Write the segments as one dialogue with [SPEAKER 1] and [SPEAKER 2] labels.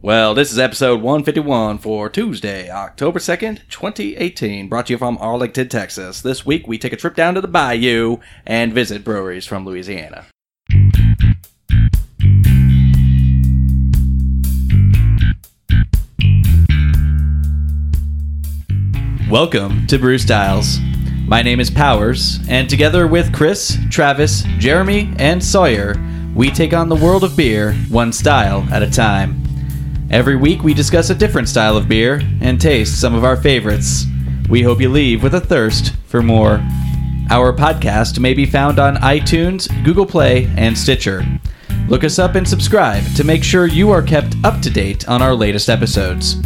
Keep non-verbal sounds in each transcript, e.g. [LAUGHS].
[SPEAKER 1] Well, this is episode 151 for Tuesday, October 2nd, 2018, brought to you from Arlington, Texas. This week we take a trip down to the bayou and visit breweries from Louisiana. Welcome to Brew Styles. My name is Powers, and together with Chris, Travis, Jeremy, and Sawyer, we take on the world of beer one style at a time. Every week, we discuss a different style of beer and taste some of our favorites. We hope you leave with a thirst for more. Our podcast may be found on iTunes, Google Play, and Stitcher. Look us up and subscribe to make sure you are kept up to date on our latest episodes.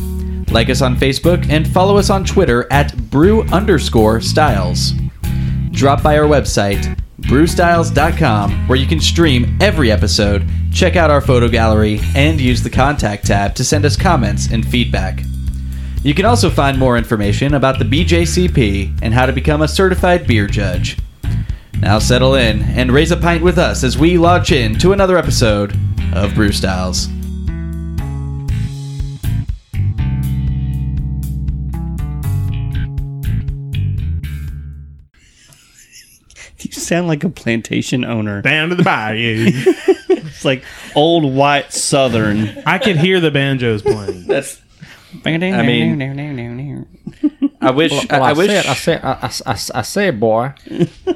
[SPEAKER 1] Like us on Facebook and follow us on Twitter at brew underscore styles. Drop by our website, brewstyles.com, where you can stream every episode, check out our photo gallery, and use the contact tab to send us comments and feedback. You can also find more information about the BJCP and how to become a certified beer judge. Now settle in and raise a pint with us as we launch into another episode of Brew Styles.
[SPEAKER 2] You sound like a plantation owner.
[SPEAKER 3] down to the bayou.
[SPEAKER 2] It's like old white Southern.
[SPEAKER 3] [LAUGHS] I could hear the banjos playing.
[SPEAKER 2] That's. I mean,
[SPEAKER 1] I wish.
[SPEAKER 4] Well,
[SPEAKER 1] I,
[SPEAKER 4] I,
[SPEAKER 1] I wish.
[SPEAKER 4] said, I said, I, I, I, I said, boy.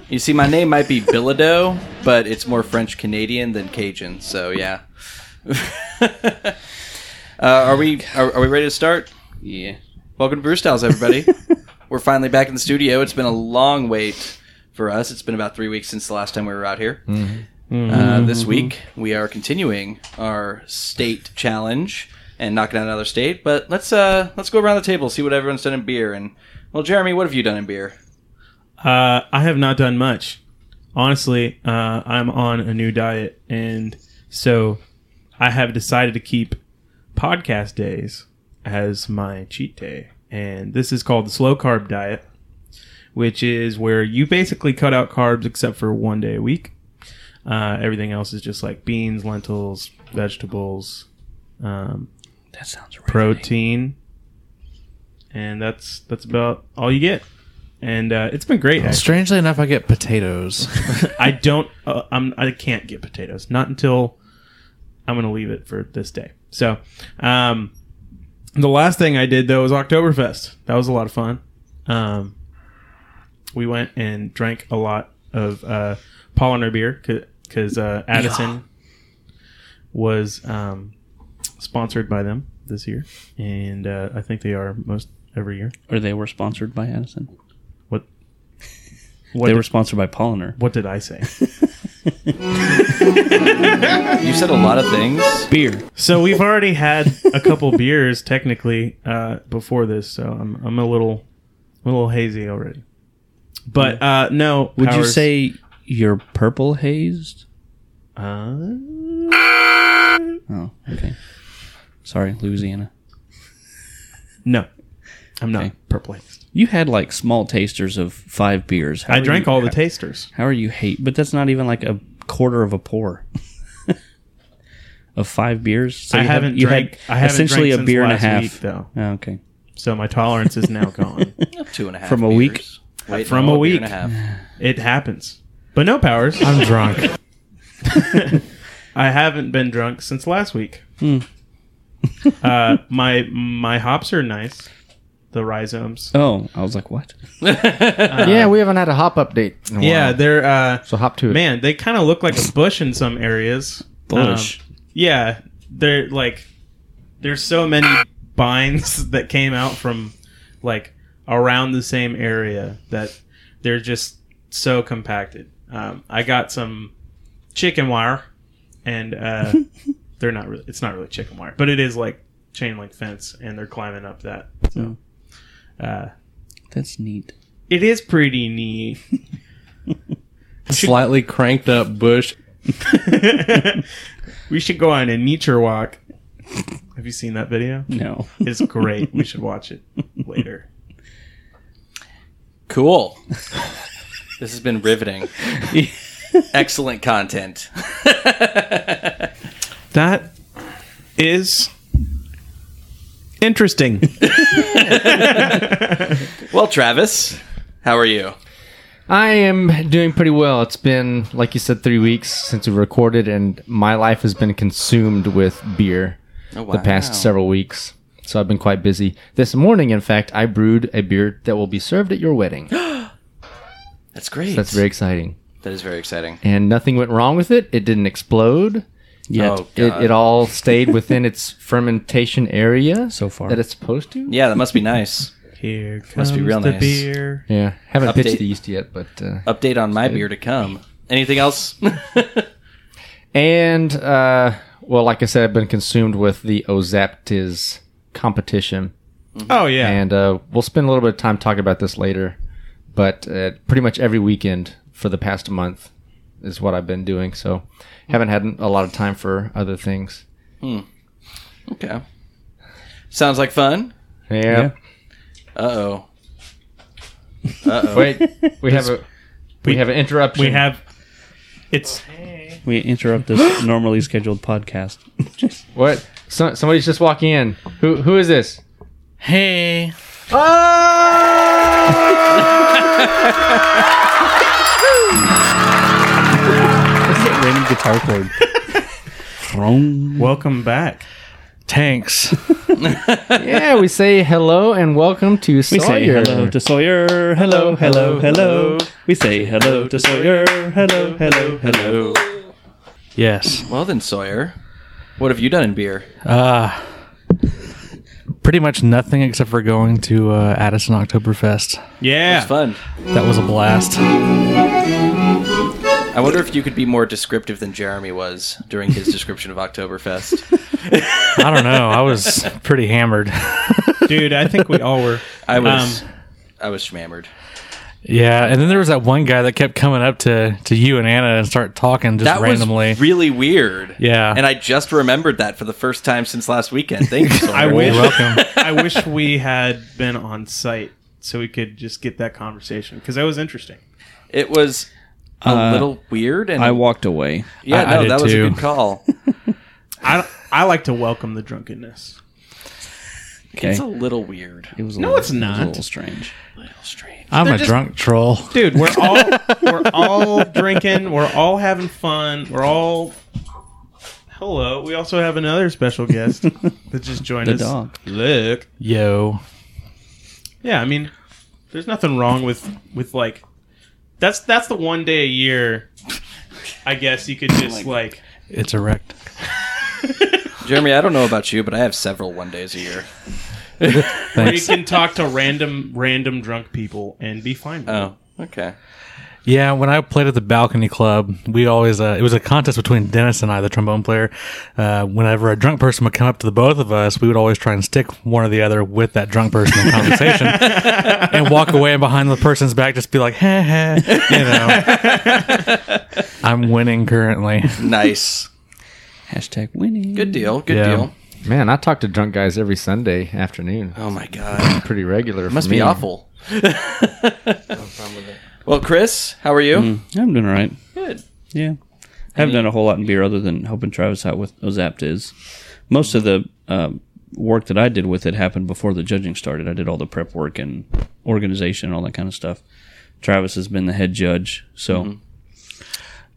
[SPEAKER 1] You see, my name might be Bilodeau, but it's more French Canadian than Cajun. So yeah. [LAUGHS] uh, are we are, are we ready to start?
[SPEAKER 2] yeah.
[SPEAKER 1] Welcome to Brew Styles, everybody. we're finally back in the studio. It's been a long wait for us. It's been about three weeks since the last time we were out here. Uh, this week we are continuing our state challenge and knocking out another state. But let's uh, let's go around the table see what everyone's done in beer. And well, Jeremy, what have you done in beer?
[SPEAKER 3] Uh, I have not done much. Honestly, uh, I'm on a new diet, and so I have decided to keep podcast days as my cheat day. And this is called the slow carb diet, which is where you basically cut out carbs except for one day a week. Uh, everything else is just like beans, lentils, vegetables, um,
[SPEAKER 2] That sounds right.
[SPEAKER 3] protein, and that's that's about all you get. And uh, it's been great. actually.
[SPEAKER 4] Strangely enough, I get potatoes.
[SPEAKER 3] I don't. Uh, I'm. I can't get potatoes. Not until I'm going to leave it for this day. So, um, the last thing I did though was Oktoberfest. That was a lot of fun. Um, we went and drank a lot of uh, Polliner beer because uh, Addison was um, sponsored by them this year, and uh, I think they are most every year.
[SPEAKER 2] Or they were sponsored by Addison.
[SPEAKER 3] What? What?
[SPEAKER 2] they
[SPEAKER 3] did,
[SPEAKER 2] were sponsored by Polliner.
[SPEAKER 3] what did I say?
[SPEAKER 1] You said a lot of things.
[SPEAKER 2] Beer.
[SPEAKER 3] So we've already had a couple [LAUGHS] beers technically uh, before this, so I'm I'm a little a little hazy already. But uh, no,
[SPEAKER 2] Would you
[SPEAKER 3] Powers-
[SPEAKER 2] say you're purple hazed?
[SPEAKER 3] Uh,
[SPEAKER 2] Oh, okay. Sorry, Louisiana.
[SPEAKER 3] no? I'm not
[SPEAKER 2] Okay.
[SPEAKER 3] perplexed.
[SPEAKER 2] You had like small tasters of five beers. How
[SPEAKER 3] I
[SPEAKER 2] are
[SPEAKER 3] drank
[SPEAKER 2] you-
[SPEAKER 3] all the tasters.
[SPEAKER 2] How are you hate? But that's not even like a quarter of a pour of five beers. So
[SPEAKER 3] I
[SPEAKER 2] you have-
[SPEAKER 3] haven't
[SPEAKER 2] you
[SPEAKER 3] drank.
[SPEAKER 2] had
[SPEAKER 3] I haven't
[SPEAKER 2] essentially
[SPEAKER 3] drank
[SPEAKER 2] a
[SPEAKER 3] since
[SPEAKER 2] beer and a
[SPEAKER 3] last
[SPEAKER 2] half.
[SPEAKER 3] week, though,
[SPEAKER 2] Oh, okay,
[SPEAKER 3] so my tolerance is now
[SPEAKER 2] [LAUGHS]
[SPEAKER 3] gone.
[SPEAKER 1] Two and a half
[SPEAKER 2] From a week?
[SPEAKER 1] beers. Wait,
[SPEAKER 3] From
[SPEAKER 1] no,
[SPEAKER 3] a
[SPEAKER 1] beer
[SPEAKER 3] week.
[SPEAKER 1] and half.
[SPEAKER 3] It happens. But no powers. [LAUGHS] I'm drunk. I haven't been drunk since last week.
[SPEAKER 2] Hmm.
[SPEAKER 3] uh, my my hops are nice. The
[SPEAKER 2] [LAUGHS]
[SPEAKER 3] rhizomes.
[SPEAKER 2] Oh, I was like, what?
[SPEAKER 4] [LAUGHS] [LAUGHS] yeah, we haven't had a hop update. in a while.
[SPEAKER 3] Yeah, they're uh,
[SPEAKER 4] So hop to it.
[SPEAKER 3] man. They kind of look like a bush in some areas.
[SPEAKER 2] Bush.
[SPEAKER 3] Um, yeah, they're like there's so many binds [LAUGHS] that came out from like around the same area that they're just so compacted. Um, I got some chicken wire, and uh, they're not really. It's not really chicken wire, but it is like chain link fence, and they're climbing up that. So. Uh,
[SPEAKER 2] That's neat.
[SPEAKER 3] it is pretty neat.
[SPEAKER 5] [LAUGHS] slightly cranked up bush.
[SPEAKER 3] [LAUGHS] we should go on a nature walk. Have you seen that video?
[SPEAKER 2] No, [LAUGHS]
[SPEAKER 3] It's great. we should watch it later.
[SPEAKER 1] [LAUGHS] Cool. this has been riveting. Excellent content.
[SPEAKER 3] That is Interesting.
[SPEAKER 1] Well, Travis, how are you?
[SPEAKER 4] I am doing pretty well. It's been, like you said, three weeks since we recorded, and my life has been consumed with beer the past several weeks. So I've been quite busy. This morning, in fact, I brewed a beer that will be served at
[SPEAKER 2] [GASPS]
[SPEAKER 4] your wedding.
[SPEAKER 1] That's great.
[SPEAKER 4] That's very exciting.
[SPEAKER 1] That is very exciting.
[SPEAKER 4] And nothing went wrong with it. It didn't explode.
[SPEAKER 2] Yet.
[SPEAKER 1] Oh,
[SPEAKER 4] It,
[SPEAKER 1] God.
[SPEAKER 2] [LAUGHS]
[SPEAKER 4] it all stayed within its fermentation area
[SPEAKER 2] So far.
[SPEAKER 4] that it's supposed to.
[SPEAKER 1] yeah, that must be nice.
[SPEAKER 3] Here comes
[SPEAKER 1] Must be real
[SPEAKER 3] the
[SPEAKER 1] nice.
[SPEAKER 3] beer.
[SPEAKER 4] Yeah, haven't
[SPEAKER 1] Update.
[SPEAKER 4] pitched the yeast yet, but uh,
[SPEAKER 1] Update on my beer to come. Anything else? [LAUGHS]
[SPEAKER 4] and uh, well, like I said, I've been consumed with the Ozaptis competition,
[SPEAKER 3] Oh yeah.
[SPEAKER 4] and uh, we'll spend a little bit of time talking about this later. But uh, pretty much every weekend for the past month is what I've been doing, so haven't had a lot of time for other things.
[SPEAKER 1] okay. Sounds like fun.
[SPEAKER 4] Yeah.
[SPEAKER 1] Uh oh. Uh oh.
[SPEAKER 4] Wait, we have a we, have an interruption.
[SPEAKER 3] we have. It's
[SPEAKER 2] we interrupt [GASPS] this normally scheduled podcast.
[SPEAKER 4] what? So, somebody's just walking in. Who who is this?
[SPEAKER 2] Hey. Random guitar chord. Throng.
[SPEAKER 3] welcome back.
[SPEAKER 6] Tanks.
[SPEAKER 4] [LAUGHS] Yeah, we say hello and welcome to
[SPEAKER 2] We
[SPEAKER 4] Sawyer.
[SPEAKER 2] say hello to Sawyer. Hello, hello, hello. We say hello to Sawyer. Hello, hello, hello.
[SPEAKER 6] [LAUGHS] Yes.
[SPEAKER 1] Well then, Sawyer, what have you done in beer?
[SPEAKER 6] Uh, pretty much nothing except for going to uh, Addison Oktoberfest.
[SPEAKER 3] Yeah.
[SPEAKER 1] It's fun.
[SPEAKER 6] That was a blast.
[SPEAKER 1] I wonder if you could be more descriptive than Jeremy was during his description of Oktoberfest.
[SPEAKER 6] I don't know. I was pretty hammered. [LAUGHS]
[SPEAKER 3] Dude, I think we all were.
[SPEAKER 1] I was,
[SPEAKER 3] Um,
[SPEAKER 1] I was schmammered.
[SPEAKER 6] yeah, and then there was that one guy that kept coming up to, to you and Anna and start talking just
[SPEAKER 1] That
[SPEAKER 6] randomly.
[SPEAKER 1] was really weird.
[SPEAKER 6] Yeah.
[SPEAKER 1] and I just remembered that for the first time since last weekend. Thank you.
[SPEAKER 6] [LAUGHS]
[SPEAKER 1] Sawyer.
[SPEAKER 3] I wish.
[SPEAKER 1] [LAUGHS]
[SPEAKER 6] You're welcome.
[SPEAKER 3] I wish we had been on site so we could just get that conversation because that was interesting.
[SPEAKER 1] It was a little weird, and
[SPEAKER 2] I walked away.
[SPEAKER 1] yeah,
[SPEAKER 6] Uh, I- I
[SPEAKER 1] no,
[SPEAKER 6] did
[SPEAKER 1] that was a
[SPEAKER 6] too.
[SPEAKER 1] good
[SPEAKER 6] [LAUGHS]
[SPEAKER 1] call.
[SPEAKER 3] I I like to welcome the drunkenness.
[SPEAKER 2] Okay.
[SPEAKER 1] It's a little weird.
[SPEAKER 2] It was a
[SPEAKER 3] No,
[SPEAKER 2] little,
[SPEAKER 3] it's
[SPEAKER 2] it was
[SPEAKER 3] not.
[SPEAKER 2] a little strange.
[SPEAKER 1] Strange.
[SPEAKER 6] I'm a drunk troll.
[SPEAKER 3] Dude, we're all we're all drinking, we're all having fun, we're all Hello. We also have another special guest that just joined
[SPEAKER 2] The
[SPEAKER 3] us.
[SPEAKER 2] dog.
[SPEAKER 3] Look.
[SPEAKER 6] Yo.
[SPEAKER 3] Yeah, I mean, there's nothing wrong with with like that's that's the one day a year I guess you could just like
[SPEAKER 6] It's erect.
[SPEAKER 1] Jeremy, I don't know about you, but I have several one days a year.
[SPEAKER 3] where you
[SPEAKER 6] Thanks.
[SPEAKER 3] can talk to random random drunk people and be fine. with it.
[SPEAKER 1] Oh, okay.
[SPEAKER 6] Yeah, when I played at the balcony club, we always uh, it was a contest between Dennis and I, the trombone player. Uh, whenever a drunk person would come up to the both of us, we would always try and stick one or the other with that drunk person in conversation, and walk away and behind the person's back, just be like, "Heh heh," you know. I'm winning currently.
[SPEAKER 1] Nice.
[SPEAKER 2] Hashtag winning.
[SPEAKER 1] Good deal. Good
[SPEAKER 6] Yeah.
[SPEAKER 1] deal.
[SPEAKER 4] Man, I talk to drunk guys every Sunday afternoon.
[SPEAKER 1] Oh my god,
[SPEAKER 4] Pretty regular.
[SPEAKER 1] must be awful. [LAUGHS] well, Chris, how are you?
[SPEAKER 2] I'm doing all right.
[SPEAKER 1] Good.
[SPEAKER 2] Yeah. I haven't done a whole lot in beer other than helping Travis out with Ozapt is. Most of the um work that I did with it happened before the judging started. I did all the prep work and organization and all that kind of stuff. Travis has been the head judge, so.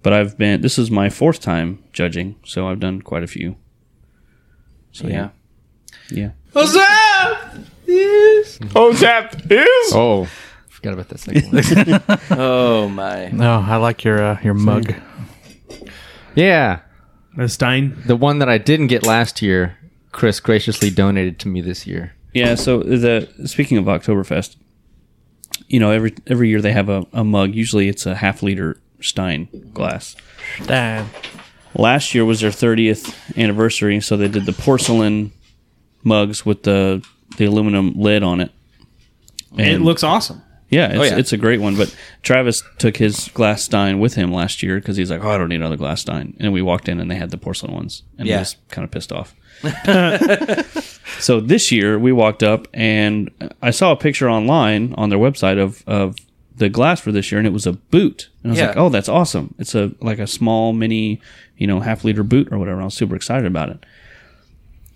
[SPEAKER 2] But I've been. This is my fourth time judging, so I've done quite a few. So yeah,
[SPEAKER 1] Yeah.
[SPEAKER 2] yeah.
[SPEAKER 4] Oh, forgot about that second one.
[SPEAKER 1] Oh my.
[SPEAKER 6] No, I like your uh, your mug.
[SPEAKER 4] [LAUGHS] yeah,
[SPEAKER 3] A Stein.
[SPEAKER 4] the one that I didn't get last year, Chris graciously donated to me this year.
[SPEAKER 2] Yeah. So the speaking of Oktoberfest, you know, every every year they have a, a mug. Usually it's a half liter Stein glass.
[SPEAKER 6] Damn.
[SPEAKER 2] Last year was their 30th anniversary, so they did the porcelain mugs with the the aluminum lid on it.
[SPEAKER 3] It
[SPEAKER 2] And-
[SPEAKER 3] looks awesome.
[SPEAKER 2] yeah, it's,
[SPEAKER 1] Oh, yeah.
[SPEAKER 2] it's a great one. But Travis took his glass stein with him last year because he's like, oh, I don't need another glass stein. And we walked in and they had the porcelain ones, and
[SPEAKER 1] Yeah.
[SPEAKER 2] he was kind of pissed off. [LAUGHS] so this year we walked up and I saw a picture online on their website of of the glass for this year, and it was a boot. And I was
[SPEAKER 1] Yeah.
[SPEAKER 2] like, oh, that's awesome! It's a like a small mini, you know, half liter boot or whatever. I was super excited about it.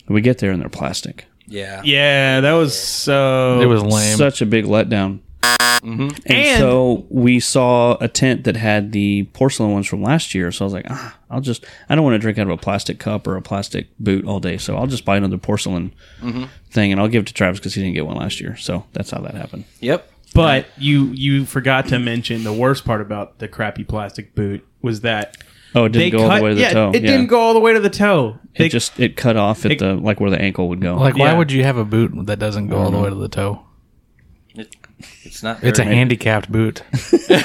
[SPEAKER 2] And we get there and they're plastic.
[SPEAKER 1] Yeah.
[SPEAKER 3] Yeah, that was so.
[SPEAKER 5] It was lame.
[SPEAKER 2] Such a big letdown. And,
[SPEAKER 3] And-
[SPEAKER 2] so we saw a tent that had the porcelain ones from last year. So I was like, ah, I'll just, I don't want to drink out of a plastic cup or a plastic boot all day. So I'll just buy another porcelain thing and I'll give it to Travis because he didn't get one last year. So that's how that happened.
[SPEAKER 1] Yep.
[SPEAKER 3] But you you forgot to mention the worst part about the crappy plastic boot was that
[SPEAKER 2] Oh, it didn't go all the way to the
[SPEAKER 3] yeah,
[SPEAKER 2] toe.
[SPEAKER 3] It
[SPEAKER 2] yeah.
[SPEAKER 3] didn't go all the way to the toe.
[SPEAKER 2] It
[SPEAKER 3] They-
[SPEAKER 2] just it cut off at
[SPEAKER 3] it-
[SPEAKER 2] the like where the ankle would go.
[SPEAKER 5] Like, why
[SPEAKER 3] Yeah.
[SPEAKER 5] would you have a boot that doesn't go
[SPEAKER 6] Mm-hmm.
[SPEAKER 5] all the way to the toe?
[SPEAKER 1] It, it's not.
[SPEAKER 5] It's a
[SPEAKER 1] very-
[SPEAKER 5] handicapped boot.
[SPEAKER 2] you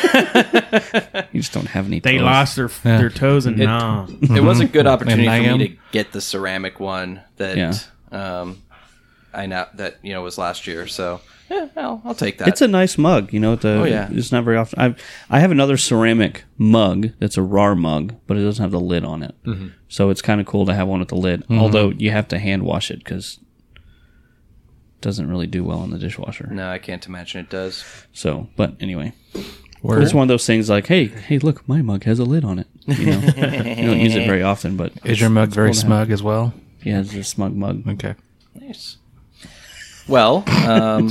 [SPEAKER 2] just don't have any.
[SPEAKER 3] they
[SPEAKER 2] toes.
[SPEAKER 3] lost their
[SPEAKER 5] Yeah.
[SPEAKER 3] their toes and nah.
[SPEAKER 1] It was a good opportunity for
[SPEAKER 5] Nagam.
[SPEAKER 1] me to get the ceramic one that
[SPEAKER 2] Yeah.
[SPEAKER 1] um, I know that you know was last year. So yeah, well, I'll take that.
[SPEAKER 2] It's a nice mug, you know. The,
[SPEAKER 1] Oh, yeah.
[SPEAKER 2] It's not very often. I I have another ceramic mug that's a RAR mug, but it doesn't have the lid on it.
[SPEAKER 1] Mm-hmm.
[SPEAKER 2] So it's kind of cool to have one with the lid. Although you have to hand wash it because it doesn't really do well in the dishwasher.
[SPEAKER 1] no, I can't imagine it does.
[SPEAKER 2] So, but anyway, it's one of those things like, hey, hey, look, my mug has a lid on it. You
[SPEAKER 1] [LAUGHS]
[SPEAKER 2] know, you don't use it very often, but
[SPEAKER 5] Is your mug very
[SPEAKER 2] cool to have.
[SPEAKER 5] smug as well?
[SPEAKER 2] yeah, it's a smug mug.
[SPEAKER 5] Okay.
[SPEAKER 1] Nice. Well, um,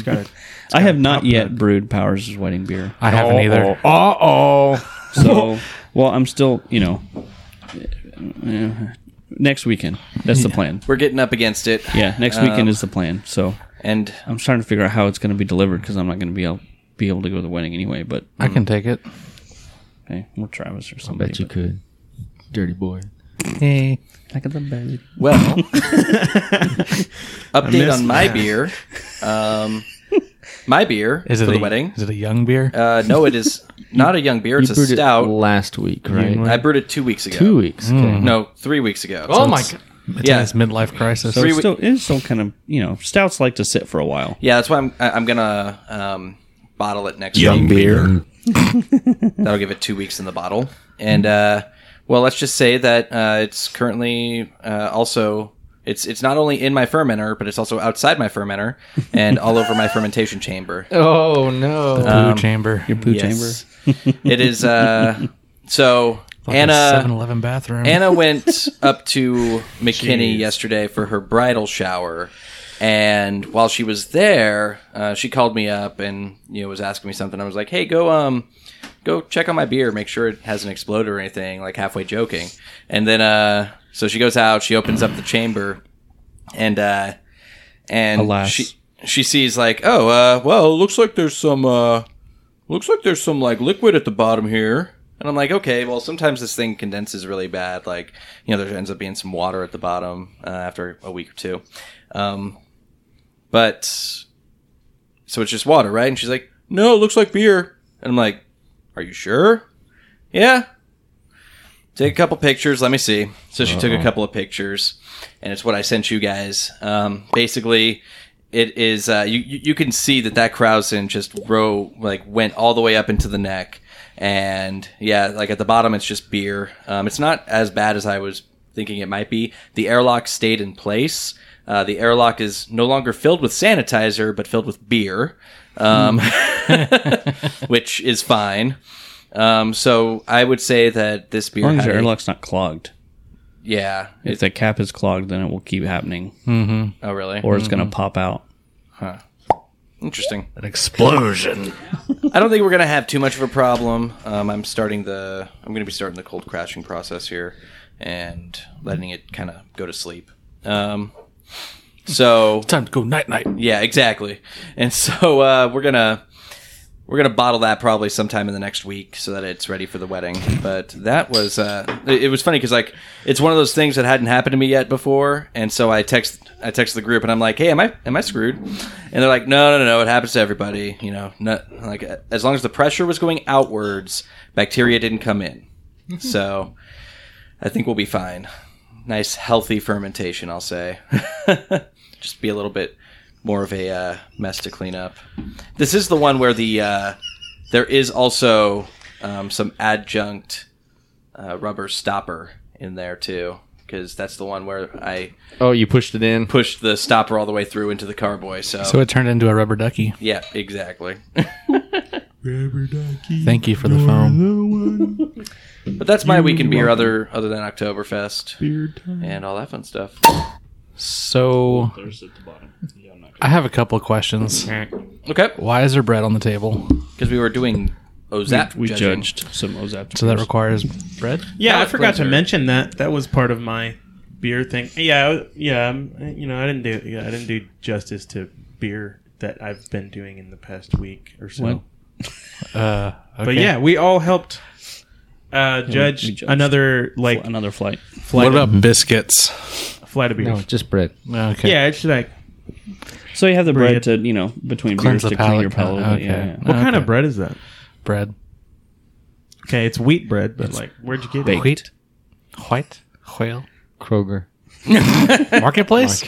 [SPEAKER 2] I have not yet brewed Powers' wedding beer.
[SPEAKER 5] I haven't either.
[SPEAKER 4] Uh oh.
[SPEAKER 2] So, well, I'm still, you know, eh, next weekend. That's the plan.
[SPEAKER 1] we're getting up against it.
[SPEAKER 2] Yeah, next
[SPEAKER 1] Um,
[SPEAKER 2] weekend is the plan. So
[SPEAKER 1] and
[SPEAKER 2] I'm trying to figure out how it's going to be delivered because I'm not going to be able, be able to go to the wedding anyway. But
[SPEAKER 5] I can take it.
[SPEAKER 2] hey, we're Travis or something.
[SPEAKER 4] Bet you could. Dirty boy.
[SPEAKER 5] Hey.
[SPEAKER 2] Like the belly.
[SPEAKER 5] [LAUGHS]
[SPEAKER 1] well, update
[SPEAKER 3] missed
[SPEAKER 1] on my beer. Um, my beer
[SPEAKER 5] Is it
[SPEAKER 1] for the
[SPEAKER 5] a,
[SPEAKER 1] wedding.
[SPEAKER 5] Is it a young beer?
[SPEAKER 1] Uh, no,
[SPEAKER 5] [LAUGHS]
[SPEAKER 1] it is not a young beer. It's a stout.
[SPEAKER 4] last week, right?
[SPEAKER 1] I brewed it two weeks ago.
[SPEAKER 4] Two weeks. okay.
[SPEAKER 1] No, three weeks ago.
[SPEAKER 4] Oh my god.
[SPEAKER 5] it's
[SPEAKER 1] yeah.
[SPEAKER 5] in its midlife crisis.
[SPEAKER 2] So
[SPEAKER 1] Three
[SPEAKER 2] it's
[SPEAKER 1] we-
[SPEAKER 2] still, it's still kind of you know stouts like to sit for a while.
[SPEAKER 1] Yeah, that's why I'm I- I'm gonna um, bottle it next week.
[SPEAKER 4] beer.
[SPEAKER 1] [LAUGHS] That'll give it two weeks in the bottle. And uh, well, let's just say that uh, it's currently uh, also it's it's not only in my fermenter, but it's also outside my fermenter and all over my fermentation chamber.
[SPEAKER 4] Oh
[SPEAKER 1] [LAUGHS]
[SPEAKER 4] no.
[SPEAKER 5] Poo chamber.
[SPEAKER 2] Your poo
[SPEAKER 1] Yes. it is. Uh, [LAUGHS] so
[SPEAKER 5] Seven
[SPEAKER 1] Anna
[SPEAKER 5] Eleven bathroom.
[SPEAKER 1] [LAUGHS] Anna went up to McKinney yesterday for her bridal shower, and while she was there, uh, she called me up and you know was asking me something. I was like, "Hey, go um, go check on my beer, make sure it hasn't exploded or anything." Like halfway joking, and then uh, so she goes out, she opens up the chamber, and uh, and
[SPEAKER 2] Alas.
[SPEAKER 1] she she sees like, oh, uh, well, it looks like there's some uh, looks like there's some like liquid at the bottom here. And I'm like, okay, well, sometimes this thing condenses really bad. Like, you know, there ends up being some water at the bottom uh, after a week or two. Um, but so it's just water, right? And she's like, no, it looks like beer. And I'm like, are you sure? Yeah. Take a couple pictures. Let me see. So she took a couple of pictures, and it's what I sent you guys. Um, basically, it is uh, you you you can see that that Krausen just row like went all the way up into the neck, and yeah, like at the bottom it's just beer. Um, it's not as bad as I was thinking it might be. The airlock stayed in place. Uh, the airlock is no longer filled with sanitizer, but filled with beer, um,
[SPEAKER 2] Hmm.
[SPEAKER 1] [LAUGHS] which is fine. Um, so I would say that this
[SPEAKER 2] As
[SPEAKER 1] beer,
[SPEAKER 2] long as your
[SPEAKER 1] had a-
[SPEAKER 2] airlock's not clogged.
[SPEAKER 1] yeah.
[SPEAKER 2] If the cap is clogged, then it will keep happening,
[SPEAKER 1] Oh, really?
[SPEAKER 2] or it's going to pop out.
[SPEAKER 1] Interesting.
[SPEAKER 5] An explosion.
[SPEAKER 1] I don't think we're gonna have too much of a problem. Um, I'm starting the. I'm gonna be starting the cold crashing process here, and letting it kind of go to sleep. Um, so
[SPEAKER 5] Time to go night night.
[SPEAKER 1] yeah, exactly. And [LAUGHS] so uh, we're gonna we're gonna bottle that probably sometime in the next week so that it's ready for the wedding. But that was uh, it, it was funny because like it's one of those things that hadn't happened to me yet before, and so I text I text the group and I'm like, hey, am I am I screwed? And they're like, no, no, no, no, it happens to everybody. You know, not, like uh, as long as the pressure was going outwards, bacteria didn't come in. so I think we'll be fine. Nice healthy fermentation, I'll say. [LAUGHS] Just be a little bit more of a uh, mess to clean up. This is the one where the uh, there is also um, some adjunct uh, rubber stopper in there too, because that's the one where I
[SPEAKER 4] Oh, you pushed it in.
[SPEAKER 1] pushed the stopper all the way through into the carboy. So,
[SPEAKER 5] So it turned into a rubber ducky.
[SPEAKER 1] yeah, exactly. [LAUGHS]
[SPEAKER 5] Thank you for the foam.
[SPEAKER 1] but that's my weekend beer, other other than Oktoberfest and all that fun stuff.
[SPEAKER 6] So
[SPEAKER 2] There's at the bottom. Yeah, I'm not
[SPEAKER 6] I have a couple of questions.
[SPEAKER 1] Okay,
[SPEAKER 6] Why is there bread on the table?
[SPEAKER 1] because we were doing Ozap.
[SPEAKER 2] we
[SPEAKER 1] judging.
[SPEAKER 2] judged some Ozap.
[SPEAKER 6] So that requires bread.
[SPEAKER 3] Yeah, I
[SPEAKER 1] Palate
[SPEAKER 3] forgot to
[SPEAKER 1] cleanser.
[SPEAKER 3] mention that. That was part of my beer thing. Yeah, I- yeah. um, You know, I didn't do. Yeah, I didn't do justice to beer that I've been doing in the past week or so.
[SPEAKER 2] What?
[SPEAKER 6] Uh,
[SPEAKER 3] But yeah, we all helped uh, judge
[SPEAKER 2] we judged.
[SPEAKER 3] another like
[SPEAKER 2] another flight.
[SPEAKER 3] flight, of,
[SPEAKER 6] biscuits?
[SPEAKER 3] flight of beer.
[SPEAKER 4] No, just bread.
[SPEAKER 6] Okay.
[SPEAKER 3] Yeah, it's like
[SPEAKER 2] So you have the bread
[SPEAKER 3] Bread.
[SPEAKER 2] to you know between beers
[SPEAKER 6] Cleanse the
[SPEAKER 2] to clean
[SPEAKER 6] palate,
[SPEAKER 2] your palate.
[SPEAKER 6] kinda.
[SPEAKER 2] Yeah,
[SPEAKER 6] Okay.
[SPEAKER 2] yeah.
[SPEAKER 3] what kind
[SPEAKER 6] Okay.
[SPEAKER 3] of bread is that?
[SPEAKER 6] Bread.
[SPEAKER 3] Okay, it's wheat bread, but like where'd you get it?
[SPEAKER 6] Wheat. White. Whale.
[SPEAKER 4] Kroger.
[SPEAKER 6] Marketplace.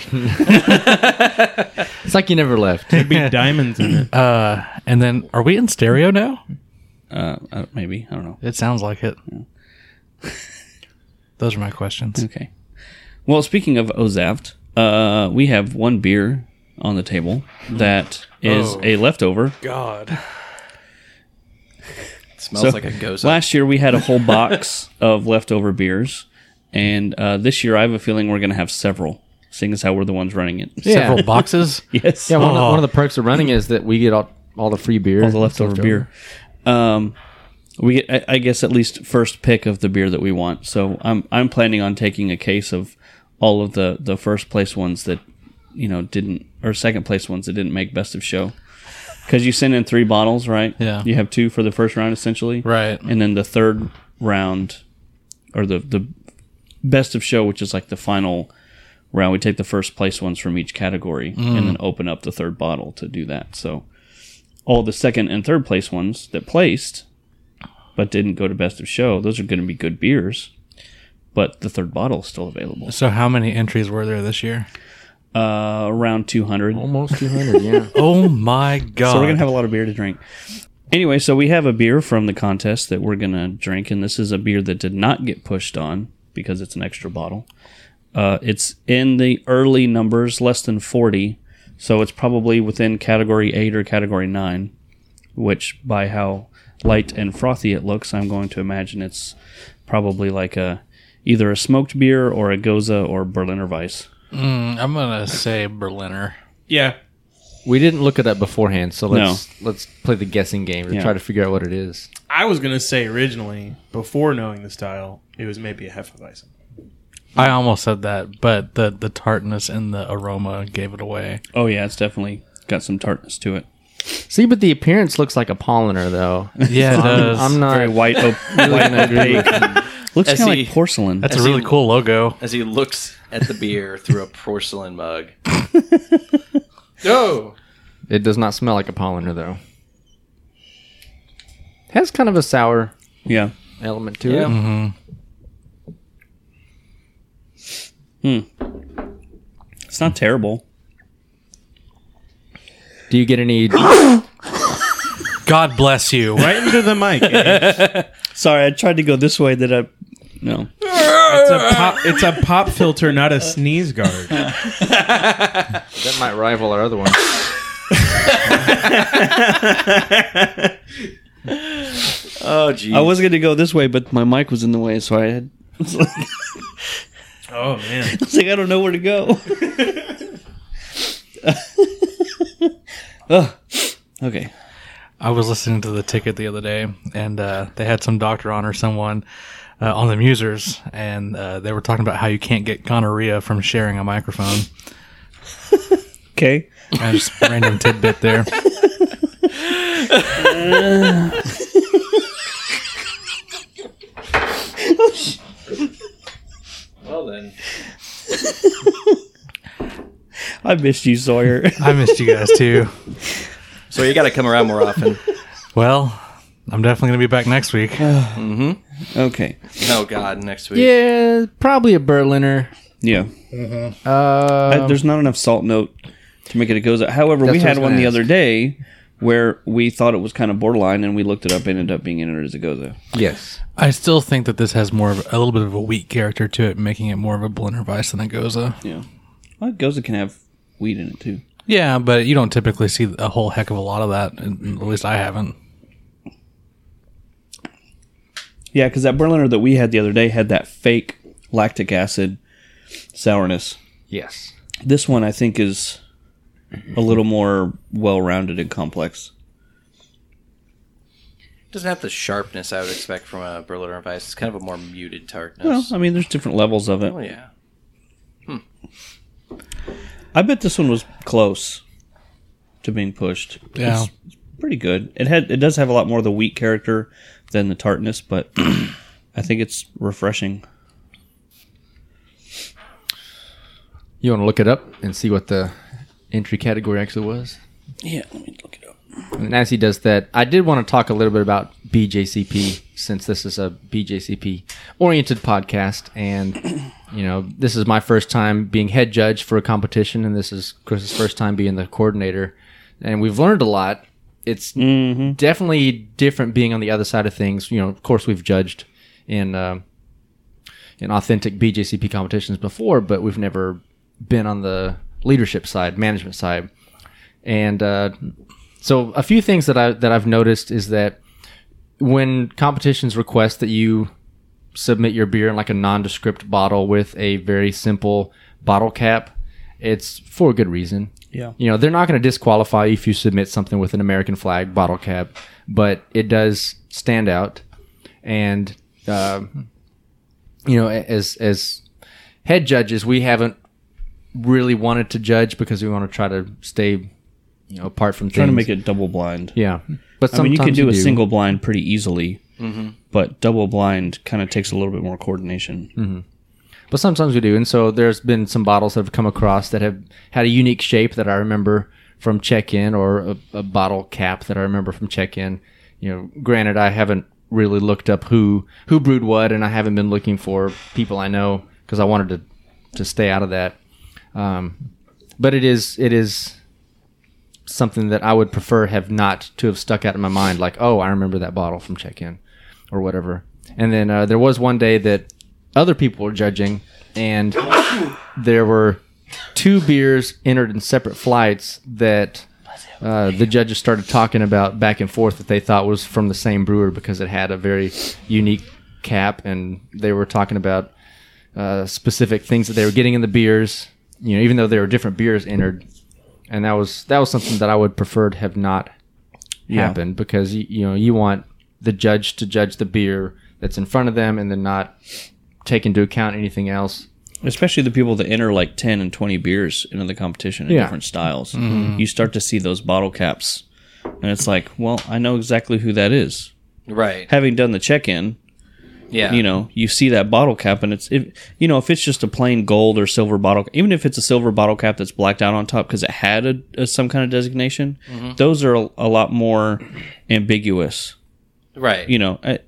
[SPEAKER 4] It's like you never [LAUGHS] left.
[SPEAKER 3] There'd [LAUGHS] be diamonds in it.
[SPEAKER 6] Uh, and then are we in stereo now?
[SPEAKER 2] Uh, uh, maybe I don't know.
[SPEAKER 6] It sounds like it. Those are
[SPEAKER 2] [LAUGHS]
[SPEAKER 6] my questions.
[SPEAKER 2] Okay. Well, speaking of Ozaft, uh, we have one beer on the table that is a leftover.
[SPEAKER 6] God.
[SPEAKER 1] It smells
[SPEAKER 2] So, [LAUGHS]
[SPEAKER 1] like a ghost.
[SPEAKER 2] Last year we had a whole box [LAUGHS] of leftover beers, and uh, this year I have a feeling we're going to have several, seeing as how we're the ones running it.
[SPEAKER 6] Several boxes.
[SPEAKER 2] Yes.
[SPEAKER 4] Yeah,
[SPEAKER 1] [LAUGHS]
[SPEAKER 4] one, of,
[SPEAKER 6] Aw.
[SPEAKER 4] one of the perks of running is that we get all, all the free beer.
[SPEAKER 2] all the leftover beer. Um, we get, I, I guess, at least first pick of the beer that we want. So I'm I'm planning on taking a case of all of the the first place ones that you know didn't or second place ones that didn't make best of show. Because you send in three bottles, right?
[SPEAKER 6] Yeah.
[SPEAKER 2] You have two for the first round, essentially.
[SPEAKER 6] Right.
[SPEAKER 2] And then the third round, or the the best of show, which is like the final round, we take the first place ones from each category and then open up the third bottle to do that. So all the second and third place ones that placed but didn't go to best of show, those are going to be good beers. But the third bottle is still available.
[SPEAKER 6] So how many entries were there this year?
[SPEAKER 2] Uh, around 200.
[SPEAKER 4] Almost 200, yeah.
[SPEAKER 6] Oh my god.
[SPEAKER 2] So we're gonna have a lot of beer to drink. Anyway, so we have a beer from the contest that we're gonna drink, and this is a beer that did not get pushed on because it's an extra bottle. Uh, it's in the early numbers, less than forty, so it's probably within category eight or category nine, which by how light and frothy it looks, I'm going to imagine it's probably like a either a smoked beer or a goza or Berliner Weiss.
[SPEAKER 6] I'm gonna say Berliner.
[SPEAKER 3] Yeah,
[SPEAKER 4] We didn't look it up beforehand, so let's let's play the guessing game to
[SPEAKER 2] Yeah.
[SPEAKER 4] try to figure out what it is.
[SPEAKER 3] I was gonna say originally before knowing the style, it was maybe a hefeweizen.
[SPEAKER 6] I almost said that, but the the tartness and the aroma gave it away.
[SPEAKER 2] Oh yeah, it's definitely got some tartness to it.
[SPEAKER 4] See, but the appearance looks like a polliner, though.
[SPEAKER 6] Yeah, it does.
[SPEAKER 4] I'm not
[SPEAKER 2] Very white, op- [LAUGHS] white opaque. Looks
[SPEAKER 1] I
[SPEAKER 2] kind of
[SPEAKER 1] see.
[SPEAKER 2] like porcelain.
[SPEAKER 6] That's a
[SPEAKER 1] As
[SPEAKER 6] really
[SPEAKER 1] in-
[SPEAKER 6] cool logo.
[SPEAKER 1] as he looks at the beer through a porcelain
[SPEAKER 2] [LAUGHS]
[SPEAKER 1] mug. No.
[SPEAKER 4] It does not smell like a polliner, though. Has kind of a sour
[SPEAKER 2] yeah.
[SPEAKER 4] element to
[SPEAKER 1] Yeah.
[SPEAKER 4] it.
[SPEAKER 2] It's not terrible.
[SPEAKER 4] Do you get [GASPS] any?
[SPEAKER 6] God bless you.
[SPEAKER 3] Right into the [LAUGHS] mic. Andy.
[SPEAKER 2] Sorry, I tried to go this way that I no.
[SPEAKER 3] It's a pop, it's a pop filter, not a sneeze guard.
[SPEAKER 4] that might rival our other one.
[SPEAKER 1] Oh, geez.
[SPEAKER 2] I was going to go this way, but my mic was in the way, so I had. [LAUGHS] It's like,
[SPEAKER 3] Oh man,
[SPEAKER 2] it's like I don't know where to go. [LAUGHS] Ugh. Okay.
[SPEAKER 6] I was listening to the ticket the other day, and uh, they had some doctor on or someone uh, on the Musers, and uh, they were talking about how you can't get gonorrhea from sharing a microphone.
[SPEAKER 2] Okay.
[SPEAKER 6] Uh, just random tidbit there.
[SPEAKER 1] well then.
[SPEAKER 2] I missed you, Sawyer.
[SPEAKER 6] [LAUGHS]
[SPEAKER 2] [LAUGHS]
[SPEAKER 6] I missed you guys too.
[SPEAKER 1] So you got to come around more often.
[SPEAKER 6] Well, I'm definitely gonna be back next week.
[SPEAKER 2] okay.
[SPEAKER 1] [LAUGHS] oh God, next week.
[SPEAKER 4] Yeah, probably a Berliner.
[SPEAKER 2] Yeah.
[SPEAKER 4] Uh,
[SPEAKER 2] I- there's not enough salt note to make it a goes. However, we
[SPEAKER 4] That's what I
[SPEAKER 2] had
[SPEAKER 4] was
[SPEAKER 2] one
[SPEAKER 4] gonna
[SPEAKER 2] the
[SPEAKER 4] ask.
[SPEAKER 2] other day where we thought it was kind of borderline, and we looked it up. and Ended up being entered as a goza.
[SPEAKER 4] yes.
[SPEAKER 6] I still think that this has more of a little bit of a weak character to it, making it uh, more of a Blender Vice than a Goza.
[SPEAKER 2] Yeah, well, goza can have weed in it too.
[SPEAKER 6] Yeah, but you don't typically see a whole heck of a lot of that. and At least I haven't.
[SPEAKER 2] Yeah, because that Berliner that we had the other day had that fake lactic acid sourness,
[SPEAKER 4] Yes.
[SPEAKER 2] This one I think is a little more well-rounded and complex.
[SPEAKER 1] Doesn't have the sharpness I would expect from a Berliner Weiss. It's kind of a more muted
[SPEAKER 2] Well,
[SPEAKER 1] tartness.
[SPEAKER 2] I mean, there's different levels of it.
[SPEAKER 1] oh yeah.
[SPEAKER 2] I bet this one was close to being pushed.
[SPEAKER 5] Yeah.
[SPEAKER 2] It's pretty good. It had it does have a lot more of the wheat character than the tartness, but [CLEARS THROAT] I think it's refreshing.
[SPEAKER 4] You want to look it up and see what the entry category actually was?
[SPEAKER 2] Yeah, let me look it up.
[SPEAKER 4] And as he does that, I did want to talk a little bit about BJCP since this is a BJCP oriented podcast. And, you know, this is my first time being head judge for a competition, and this is Chris's first time being the coordinator. And we've learned a lot. It's definitely different being on the other side of things. You know, of course, we've judged in. Uh, in authentic BJCP competitions before, but we've never been on the leadership side, management side. And uh, so, a few things that I that I've noticed is that when competitions request that you submit your beer in like a nondescript bottle with a very simple bottle cap, it's for a good reason.
[SPEAKER 2] Yeah.
[SPEAKER 4] You know, they're not going to disqualify you if you submit something with an American flag bottle cap, but it does stand out. And um, you know, as as head judges, we haven't really wanted to judge because we want to try to stay, you know, apart from
[SPEAKER 2] Trying to
[SPEAKER 4] things.
[SPEAKER 2] make it double blind.
[SPEAKER 4] yeah. But
[SPEAKER 2] I mean,
[SPEAKER 4] sometimes
[SPEAKER 2] you can do a single blind pretty easily, but double blind kind of takes a little bit more coordination.
[SPEAKER 4] but sometimes we do. And so there's been some bottles that have come across that have had a unique shape that I remember from check-in, or a, a bottle cap that I remember from check-in. You know, granted, I haven't really looked up who who brewed what, and I haven't been looking for people I know because I wanted to to stay out of that. Um, but it is it is something that I would prefer have not to have stuck out in my mind. Like, oh, I remember that bottle from check-in, or whatever. And then uh, there was one day that other people were judging, and there were two beers entered in separate flights that uh, the judges started talking about back and forth that they thought was from the same brewer because it had a very unique cap, and they were talking about uh, specific things that they were getting in the beers. You know, even though there were different beers entered, and that was that was something that I would prefer to have not happened because you, you know you want the judge to judge the beer that's in front of them and then not take into account anything else.
[SPEAKER 2] Especially the people that enter like 10 and 20 beers into the competition in
[SPEAKER 4] Yeah.
[SPEAKER 2] different styles. You start to see those bottle caps, and it's like, well, I know exactly who that is.
[SPEAKER 1] Right.
[SPEAKER 2] Having done the check in,
[SPEAKER 1] Yeah.
[SPEAKER 2] you know, you see that bottle cap, and it's if you know if it's just a plain gold or silver bottle, even if it's a silver bottle cap that's blacked out on top because it had a, a- some kind of designation, those are a, a lot more ambiguous.
[SPEAKER 1] Right.
[SPEAKER 2] You know, I,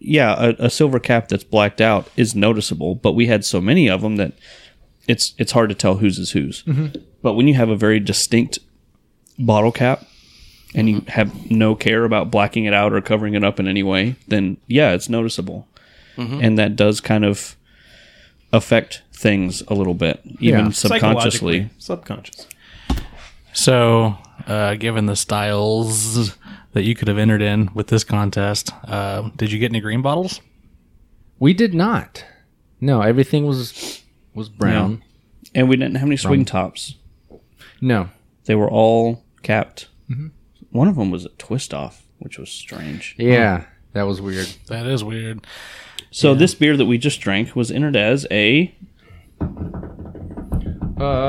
[SPEAKER 2] yeah, a, a silver cap that's blacked out is noticeable, but we had so many of them that it's it's hard to tell whose is whose. But when you have a very distinct bottle cap. And you have no care about blacking it out or covering it up in any way, then yeah, it's noticeable and that does kind of affect things a little bit, even
[SPEAKER 4] Yeah.
[SPEAKER 2] subconsciously.
[SPEAKER 3] Psychologically, subconscious.
[SPEAKER 5] So, uh, given the styles that you could have entered in with this contest, uh, did you get any green bottles?
[SPEAKER 4] We did not. No, everything was was brown.
[SPEAKER 2] And we didn't have any swing tops;
[SPEAKER 4] No.
[SPEAKER 2] they were all capped. One of them was a twist off, which was strange.
[SPEAKER 4] Yeah, that was weird.
[SPEAKER 5] That is weird.
[SPEAKER 2] So this beer that we just drank was entered as a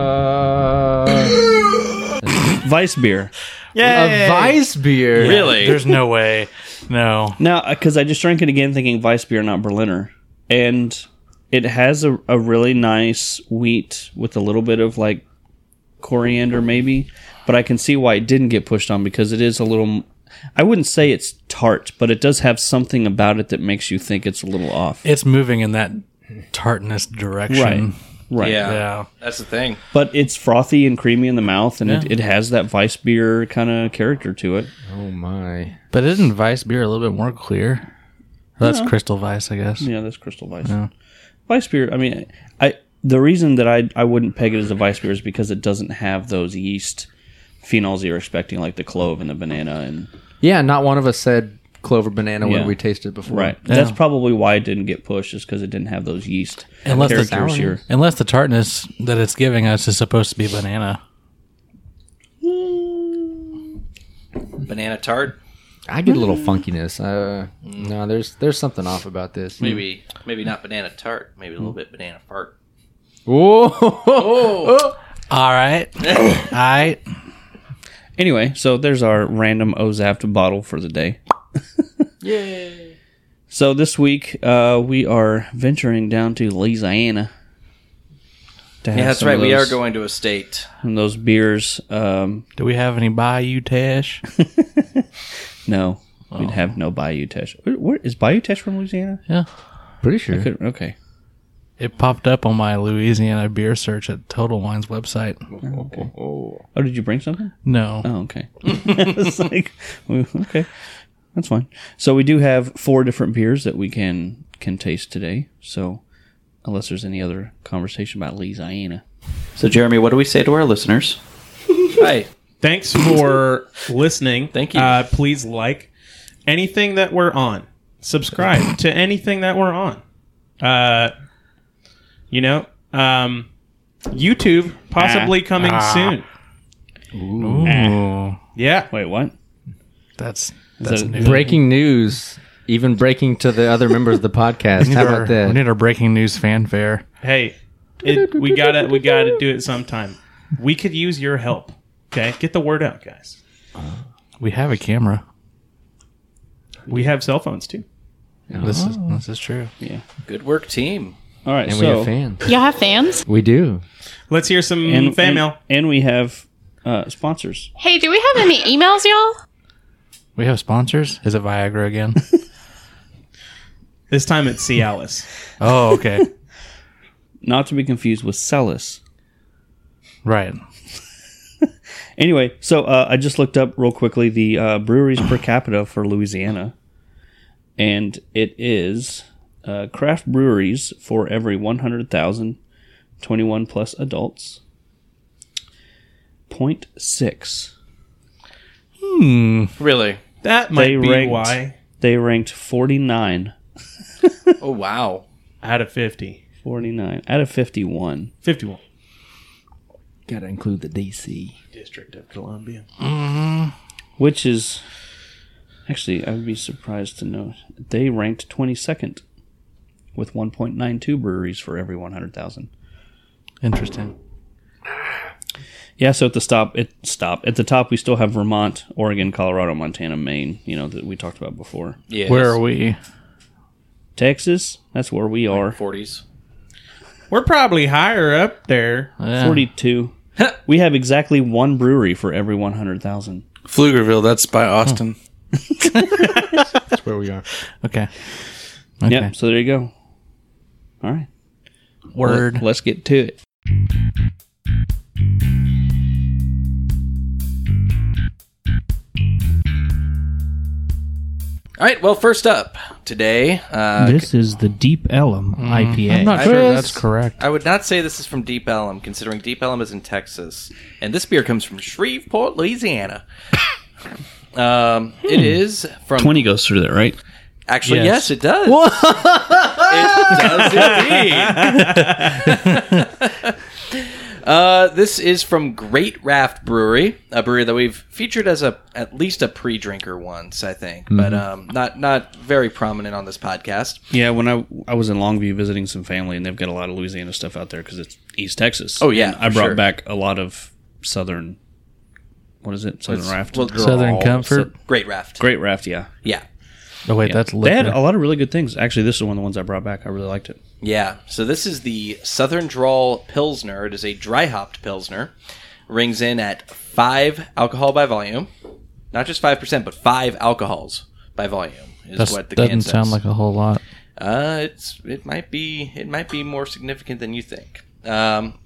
[SPEAKER 4] Uh,
[SPEAKER 2] vice beer.
[SPEAKER 4] a vice beer.
[SPEAKER 1] Really?
[SPEAKER 5] There's no way. No.
[SPEAKER 2] Now, because I just drank it again, thinking vice beer, not Berliner, and it has a, a really nice wheat with a little bit of like coriander, maybe. But I can see why it didn't get pushed on because it is a little. I wouldn't say it's tart, but it does have something about it that makes you think it's a little off.
[SPEAKER 5] It's moving in that tartness direction.
[SPEAKER 2] Right.
[SPEAKER 1] yeah.
[SPEAKER 5] Yeah.
[SPEAKER 1] That's the thing.
[SPEAKER 2] But it's frothy and creamy in the mouth, and it, it has that vice beer kind of character to it.
[SPEAKER 4] Oh my.
[SPEAKER 5] But isn't Vice beer a little bit more clear? That's Crystal Vice, I guess.
[SPEAKER 2] Yeah, that's Crystal Vice. Vice beer. I mean, I the reason that I I wouldn't peg it as a Vice beer is because it doesn't have those yeast phenols you're expecting, like the clove and the banana. And
[SPEAKER 4] Yeah, not one of us said clover banana
[SPEAKER 2] Yeah.
[SPEAKER 4] when we tasted before.
[SPEAKER 2] Right. That's probably why it didn't get pushed, is because it didn't have those yeast
[SPEAKER 5] Unless the
[SPEAKER 2] characters here.
[SPEAKER 5] Unless the tartness that it's giving us is supposed to be banana.
[SPEAKER 1] Banana tart.
[SPEAKER 4] I get a little funkiness. Uh, no, there's there's something off about this.
[SPEAKER 1] Maybe maybe not banana tart. Maybe a little bit banana fart.
[SPEAKER 4] Whoa.
[SPEAKER 2] Oh.
[SPEAKER 5] All right. I
[SPEAKER 2] Anyway, so there's our random Ozapt bottle for the day. [LAUGHS] Yay! So this week uh, we are venturing down to Louisiana. To have
[SPEAKER 1] Yeah, that's
[SPEAKER 2] some of
[SPEAKER 1] right. We are
[SPEAKER 2] those-
[SPEAKER 1] going to a state.
[SPEAKER 2] some of those beers. Um,
[SPEAKER 5] do we have any Bayou Tash?
[SPEAKER 2] no,
[SPEAKER 4] Oh.
[SPEAKER 2] we'd have no Bayou Tesh. Where, where is Bayou Tesh from Louisiana?
[SPEAKER 5] Yeah.
[SPEAKER 4] Pretty sure.
[SPEAKER 2] Could- okay,
[SPEAKER 5] It popped up on my Louisiana beer search at Total Wine's website.
[SPEAKER 2] Oh, did you bring something?
[SPEAKER 5] No.
[SPEAKER 2] Oh,
[SPEAKER 4] [LAUGHS]
[SPEAKER 2] okay. It's like, well, okay, that's fine. So we do have four different beers that we can can taste today. So unless there's any other conversation about Louisiana,
[SPEAKER 7] So, Jeremy, what do we say to our listeners?
[SPEAKER 1] Hi.
[SPEAKER 3] Thanks for
[SPEAKER 1] [LAUGHS]
[SPEAKER 3] listening.
[SPEAKER 1] Thank you.
[SPEAKER 3] Uh, please like anything that we're on. Subscribe to anything that we're on. Uh, you know, um, YouTube possibly
[SPEAKER 2] Ah.
[SPEAKER 3] coming soon. Eh.
[SPEAKER 5] Ooh.
[SPEAKER 3] Yeah.
[SPEAKER 2] wait, what?
[SPEAKER 5] That's that's
[SPEAKER 2] that-
[SPEAKER 5] new.
[SPEAKER 4] Breaking news. Even breaking to the other
[SPEAKER 2] [LAUGHS]
[SPEAKER 4] members of the podcast.
[SPEAKER 5] We need,
[SPEAKER 4] How
[SPEAKER 5] our,
[SPEAKER 4] about that?
[SPEAKER 5] we need our breaking news fanfare.
[SPEAKER 3] Hey, it, we gotta we gotta do it sometime. We could use your help. Okay, get the word out, guys.
[SPEAKER 5] We have a camera.
[SPEAKER 3] We have cell phones too.
[SPEAKER 5] This is this is true.
[SPEAKER 1] Good work, team.
[SPEAKER 2] All right,
[SPEAKER 4] and
[SPEAKER 2] so
[SPEAKER 4] we have fans.
[SPEAKER 8] Y'all have fans?
[SPEAKER 4] We do.
[SPEAKER 3] Let's hear some
[SPEAKER 2] and
[SPEAKER 3] fan
[SPEAKER 2] and-
[SPEAKER 3] mail.
[SPEAKER 2] and we have uh, sponsors.
[SPEAKER 8] Hey, do we have any emails, [GASPS] y'all?
[SPEAKER 5] We have sponsors. Is it Viagra again?
[SPEAKER 3] This time it's Cialis.
[SPEAKER 5] oh, okay.
[SPEAKER 2] not to be confused with Cellus.
[SPEAKER 5] Right.
[SPEAKER 2] Anyway, so uh, I just looked up real quickly the uh, breweries per capita for Louisiana, and it is uh, craft breweries for every 100,000 21 plus adults. 0.6.
[SPEAKER 1] Really?
[SPEAKER 3] That might
[SPEAKER 2] They
[SPEAKER 3] be
[SPEAKER 2] ranked-
[SPEAKER 3] why
[SPEAKER 2] They ranked 49.
[SPEAKER 1] Oh wow.
[SPEAKER 3] out of fifty.
[SPEAKER 2] 49 out of 51.
[SPEAKER 3] 51
[SPEAKER 4] Got to include the DC.
[SPEAKER 3] District of Columbia.
[SPEAKER 2] which is actually I would be surprised to know they ranked 22nd with 1.92 breweries for every 100,000.
[SPEAKER 5] Interesting.
[SPEAKER 2] Yeah, so at the stop, at stop at the top, we still have Vermont, Oregon, Colorado, Montana, Maine. You know that we talked about before.
[SPEAKER 1] Yeah.
[SPEAKER 5] Where are we?
[SPEAKER 2] Texas, that's where we are.
[SPEAKER 1] Forties.
[SPEAKER 3] We're probably higher up there.
[SPEAKER 5] Yeah.
[SPEAKER 2] uh, [LAUGHS] 42. we have exactly one brewery for every 100,000.
[SPEAKER 9] Pflugerville, that's by Austin.
[SPEAKER 4] That's where we are.
[SPEAKER 5] Okay. Okay.
[SPEAKER 2] Yep. So there you go. All right.
[SPEAKER 5] Word.
[SPEAKER 2] Let's get to it.
[SPEAKER 1] All right. Well, first up today, uh,
[SPEAKER 6] This is the Deep Ellum
[SPEAKER 2] Mm-hmm.
[SPEAKER 6] IPA.
[SPEAKER 5] I'm not sure that's correct.
[SPEAKER 1] I would not say this is from Deep Ellum, considering Deep Ellum is in Texas, and this beer comes from Shreveport, Louisiana. [LAUGHS] um,
[SPEAKER 5] Hmm.
[SPEAKER 1] It is from
[SPEAKER 2] 20 goes through there, right?
[SPEAKER 1] Actually, yes, it does. it does indeed. [LAUGHS] uh, this is from Great Raft Brewery, a brewery that we've featured as a at least a pre-drinker once, I think, but
[SPEAKER 5] Mm-hmm.
[SPEAKER 1] um, not not very prominent on this podcast.
[SPEAKER 2] Yeah, when I I was in Longview visiting some family, and they've got a lot of Louisiana stuff out there because it's East Texas.
[SPEAKER 1] Oh, yeah,
[SPEAKER 2] And I
[SPEAKER 1] for
[SPEAKER 2] brought
[SPEAKER 1] sure.
[SPEAKER 2] back a lot of southern. What is it? Southern Raft.
[SPEAKER 1] Well,
[SPEAKER 5] Southern Comfort.
[SPEAKER 1] so- Great Raft.
[SPEAKER 2] Great Raft. Yeah,
[SPEAKER 1] Yeah.
[SPEAKER 5] Oh wait, that's
[SPEAKER 2] they had
[SPEAKER 5] liquor.
[SPEAKER 2] a lot of really good things. Actually, this is one of the ones I brought back. I really liked it.
[SPEAKER 1] Yeah. So this is the Southern Drawl Pilsner. It is a dry hopped Pilsner. Rings in at five alcohol by volume. Not just 5%, but five alcohals by volume is
[SPEAKER 5] That's-
[SPEAKER 1] what the can
[SPEAKER 5] doesn't
[SPEAKER 1] says.
[SPEAKER 5] sound like a whole lot.
[SPEAKER 1] Uh, it's it might be it might be more significant than you think. Um,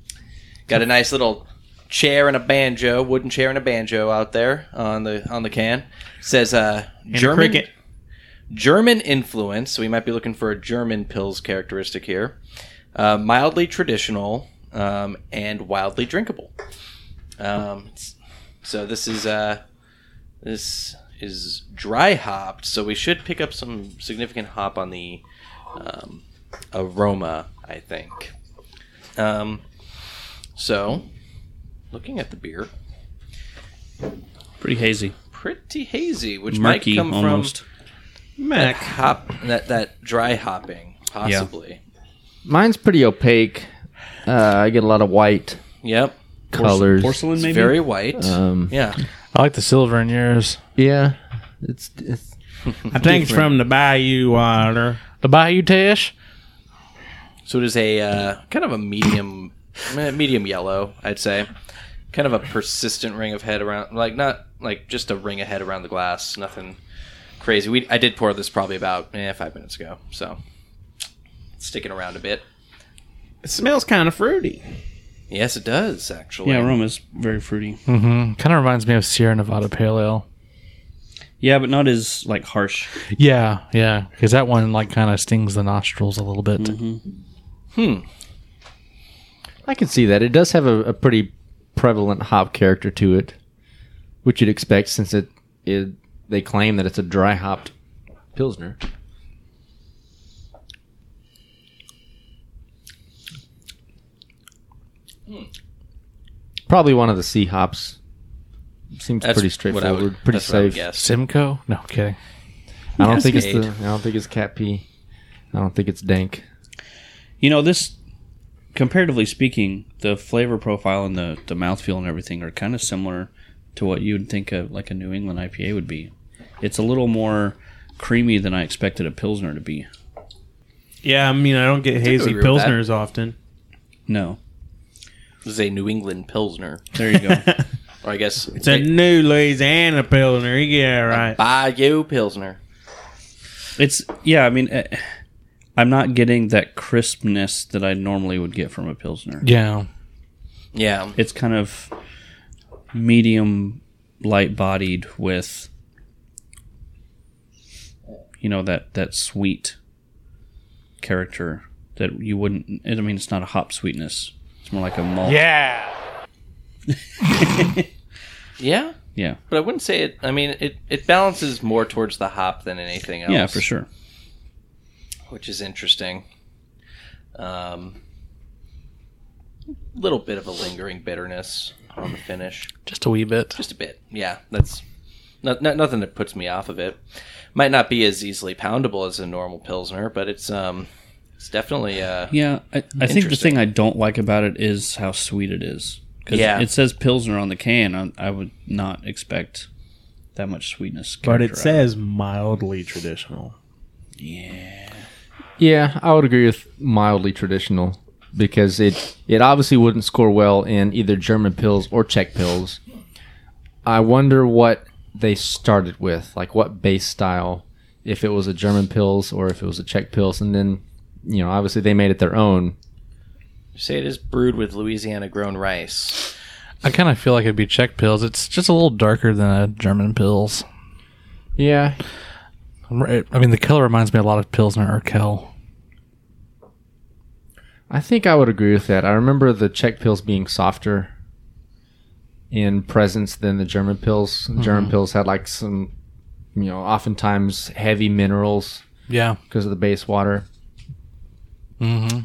[SPEAKER 1] got a nice little chair and a banjo, wooden chair and a banjo out there on the on the can. Says uh,
[SPEAKER 3] a
[SPEAKER 1] German
[SPEAKER 3] cricket.
[SPEAKER 1] German influence. So we might be looking for a German pills characteristic here. Uh, mildly traditional um, and wildly drinkable. Um, it's- so this is uh, this is dry hopped, so we should pick up some significant hop on the um, aroma, I think. Um, so, looking at the beer,
[SPEAKER 2] Pretty hazy.
[SPEAKER 1] pretty hazy, which
[SPEAKER 2] Murky
[SPEAKER 1] might come
[SPEAKER 2] almost.
[SPEAKER 1] from that hop, that that dry hopping, possibly.
[SPEAKER 4] Mine's pretty opaque. Uh, I get a lot of white
[SPEAKER 1] Yep,
[SPEAKER 4] colors.
[SPEAKER 2] Porcelain
[SPEAKER 1] it's
[SPEAKER 2] maybe?
[SPEAKER 1] very white.
[SPEAKER 4] Um,
[SPEAKER 1] yeah,
[SPEAKER 6] I like the silver in yours.
[SPEAKER 4] Yeah, it's, it's
[SPEAKER 3] I think it's from the Bayou water.
[SPEAKER 6] The Bayou Tash.
[SPEAKER 1] so it is a uh, kind of a medium, eh, medium yellow, I'd say. Kind of a persistent ring of head around, like not like just a ring of head around the glass. Nothing crazy. We I did pour this probably about eh, five minutes ago, so it's sticking around a bit.
[SPEAKER 3] It smells kind of fruity.
[SPEAKER 1] Yes, it does actually.
[SPEAKER 2] Yeah, aroma's very fruity.
[SPEAKER 6] Mm-hmm. Kind of reminds me of Sierra Nevada Pale Ale.
[SPEAKER 2] Yeah, but not as like harsh.
[SPEAKER 6] Yeah, yeah, because that one like kind of stings the nostrils a little bit.
[SPEAKER 4] I can see that. It does have a, a pretty prevalent hop character to it, which you'd expect since it, it they claim that it's a dry hopped pilsner. Probably one of the sea hops. Seems
[SPEAKER 1] That's
[SPEAKER 4] pretty
[SPEAKER 1] what I
[SPEAKER 4] straightforward,
[SPEAKER 1] would-
[SPEAKER 4] pretty
[SPEAKER 1] that's what I would
[SPEAKER 4] safe. I,
[SPEAKER 1] guess.
[SPEAKER 6] Simcoe? No, kidding.
[SPEAKER 4] don't think it's
[SPEAKER 1] Cascade.
[SPEAKER 4] the. I don't think it's cat pee. I don't think it's dank.
[SPEAKER 2] You know, this comparatively speaking, the flavor profile and the the mouthfeel and everything are kind of similar to what you would think of like a New England IPA would be. It's a little more creamy than I expected a pilsner to be.
[SPEAKER 3] Yeah, I mean, I don't get hazy
[SPEAKER 1] agree with that.
[SPEAKER 3] pilsners often.
[SPEAKER 2] No,
[SPEAKER 1] This is a New England Pilsner,
[SPEAKER 2] there
[SPEAKER 1] [LAUGHS]
[SPEAKER 2] you go.
[SPEAKER 1] or I guess it's
[SPEAKER 3] It's a new Louisiana pilsner. Yeah, right.
[SPEAKER 1] Bayou Pilsner.
[SPEAKER 2] It's yeah. I mean, eh, I'm not getting that crispness that I normally would get from a pilsner.
[SPEAKER 6] Yeah,
[SPEAKER 1] Yeah,
[SPEAKER 2] It's kind of medium light bodied with you know that that sweet character that you wouldn't. I mean, it's not a hop sweetness. It's more like a malt.
[SPEAKER 6] yeah.
[SPEAKER 1] yeah,
[SPEAKER 2] Yeah.
[SPEAKER 1] but I wouldn't say it. I mean, it it balances more towards the hop than anything else.
[SPEAKER 2] Yeah, for sure.
[SPEAKER 1] which is interesting. Um, little bit of a lingering bitterness on the finish,
[SPEAKER 6] Just a wee bit.
[SPEAKER 1] just a bit. Yeah, that's not, not nothing that puts me off of it. Might not be as easily poundable as a normal pilsner, but it's um, it's definitely uh,
[SPEAKER 2] Yeah, I, I think the
[SPEAKER 1] Interesting.
[SPEAKER 2] thing I don't like about it is how sweet it is. 'Cause
[SPEAKER 1] Yeah.
[SPEAKER 2] it says Pilsner on the can. I, I would not expect that much sweetness.
[SPEAKER 3] But it
[SPEAKER 2] characterized.
[SPEAKER 3] says mildly traditional.
[SPEAKER 4] Yeah, I would agree with mildly traditional because it it obviously wouldn't score well in either German pills or Czech pills. I wonder what they started with, like what base style, if it was a German pills or if it was a Czech pills, and then you know obviously they made it their own.
[SPEAKER 1] say it is brewed with Louisiana grown rice.
[SPEAKER 6] I kind of feel like it'd be Czech pills. It's just a little darker than a German pills.
[SPEAKER 4] Yeah,
[SPEAKER 6] I'm right- I mean, the color reminds me a lot of Pilsner or Kel.
[SPEAKER 4] I think I would agree with that. I remember the Czech pills being softer in presence than the German pills. German pills had like some, you know, oftentimes heavy minerals
[SPEAKER 6] Yeah.
[SPEAKER 4] because of the base water.
[SPEAKER 6] Mm-hmm.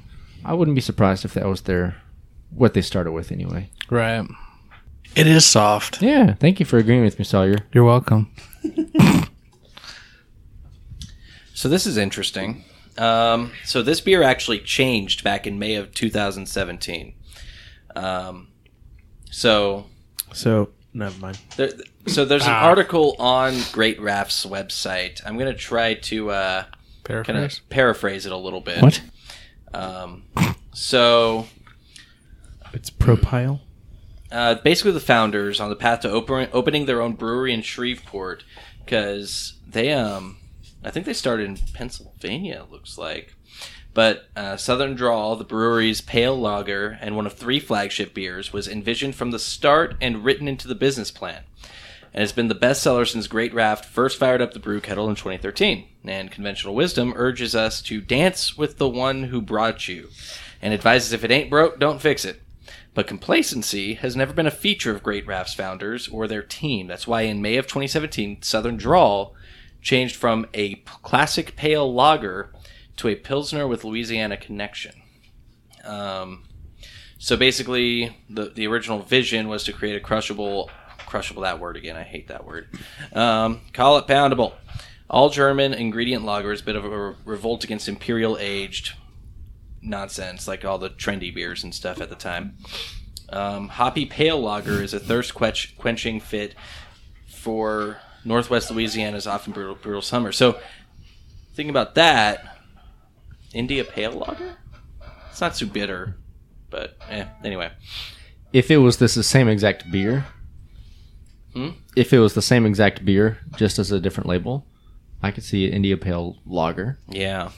[SPEAKER 4] I wouldn't be surprised if that was their what they started with anyway.
[SPEAKER 6] Right.
[SPEAKER 9] It is soft.
[SPEAKER 4] Yeah, thank you for agreeing with me, Sawyer.
[SPEAKER 6] You're welcome.
[SPEAKER 1] So this is interesting. Um, so this beer actually changed back in May of 2017. Um, so
[SPEAKER 3] So never mind.
[SPEAKER 1] There, so there's an article on Great Raft's website. I'm going to try to uh, kind of paraphrase it a little bit.
[SPEAKER 6] What?
[SPEAKER 1] Um, so
[SPEAKER 3] It's propyle.
[SPEAKER 1] uh, basically, the founders on the path to open, opening their own brewery in Shreveport because they, um, I think they started in Pennsylvania. It looks like. But uh, Southern Draw, the brewery's pale lager and one of three flagship beers, was envisioned from the start and written into the business plan. and has been the bestseller since Great Raft first fired up the brew kettle in 2013. And conventional wisdom urges us to dance with the one who brought you, and advises if it ain't broke, don't fix it. But complacency has never been a feature of Great Raft's founders or their team. That's why in May of 2017, Southern Drawl changed from a p- classic pale lager to a pilsner with Louisiana connection. Um, so basically, the the original vision was to create a crushable, crushable that word again. I hate that word. Um, call it poundable. All German ingredient lager is a bit of a re- revolt against imperial aged nonsense, like all the trendy beers and stuff at the time. Um, hoppy pale lager is a thirst quench- quenching fit for Northwest Louisiana's often brutal, brutal summer. So, thinking about that, India pale lager. It's not too bitter, but eh, anyway.
[SPEAKER 4] If it was this the same exact beer,
[SPEAKER 1] Hmm?
[SPEAKER 4] if it was the same exact beer, just as a different label, I could see India Pale Lager.
[SPEAKER 1] Yeah.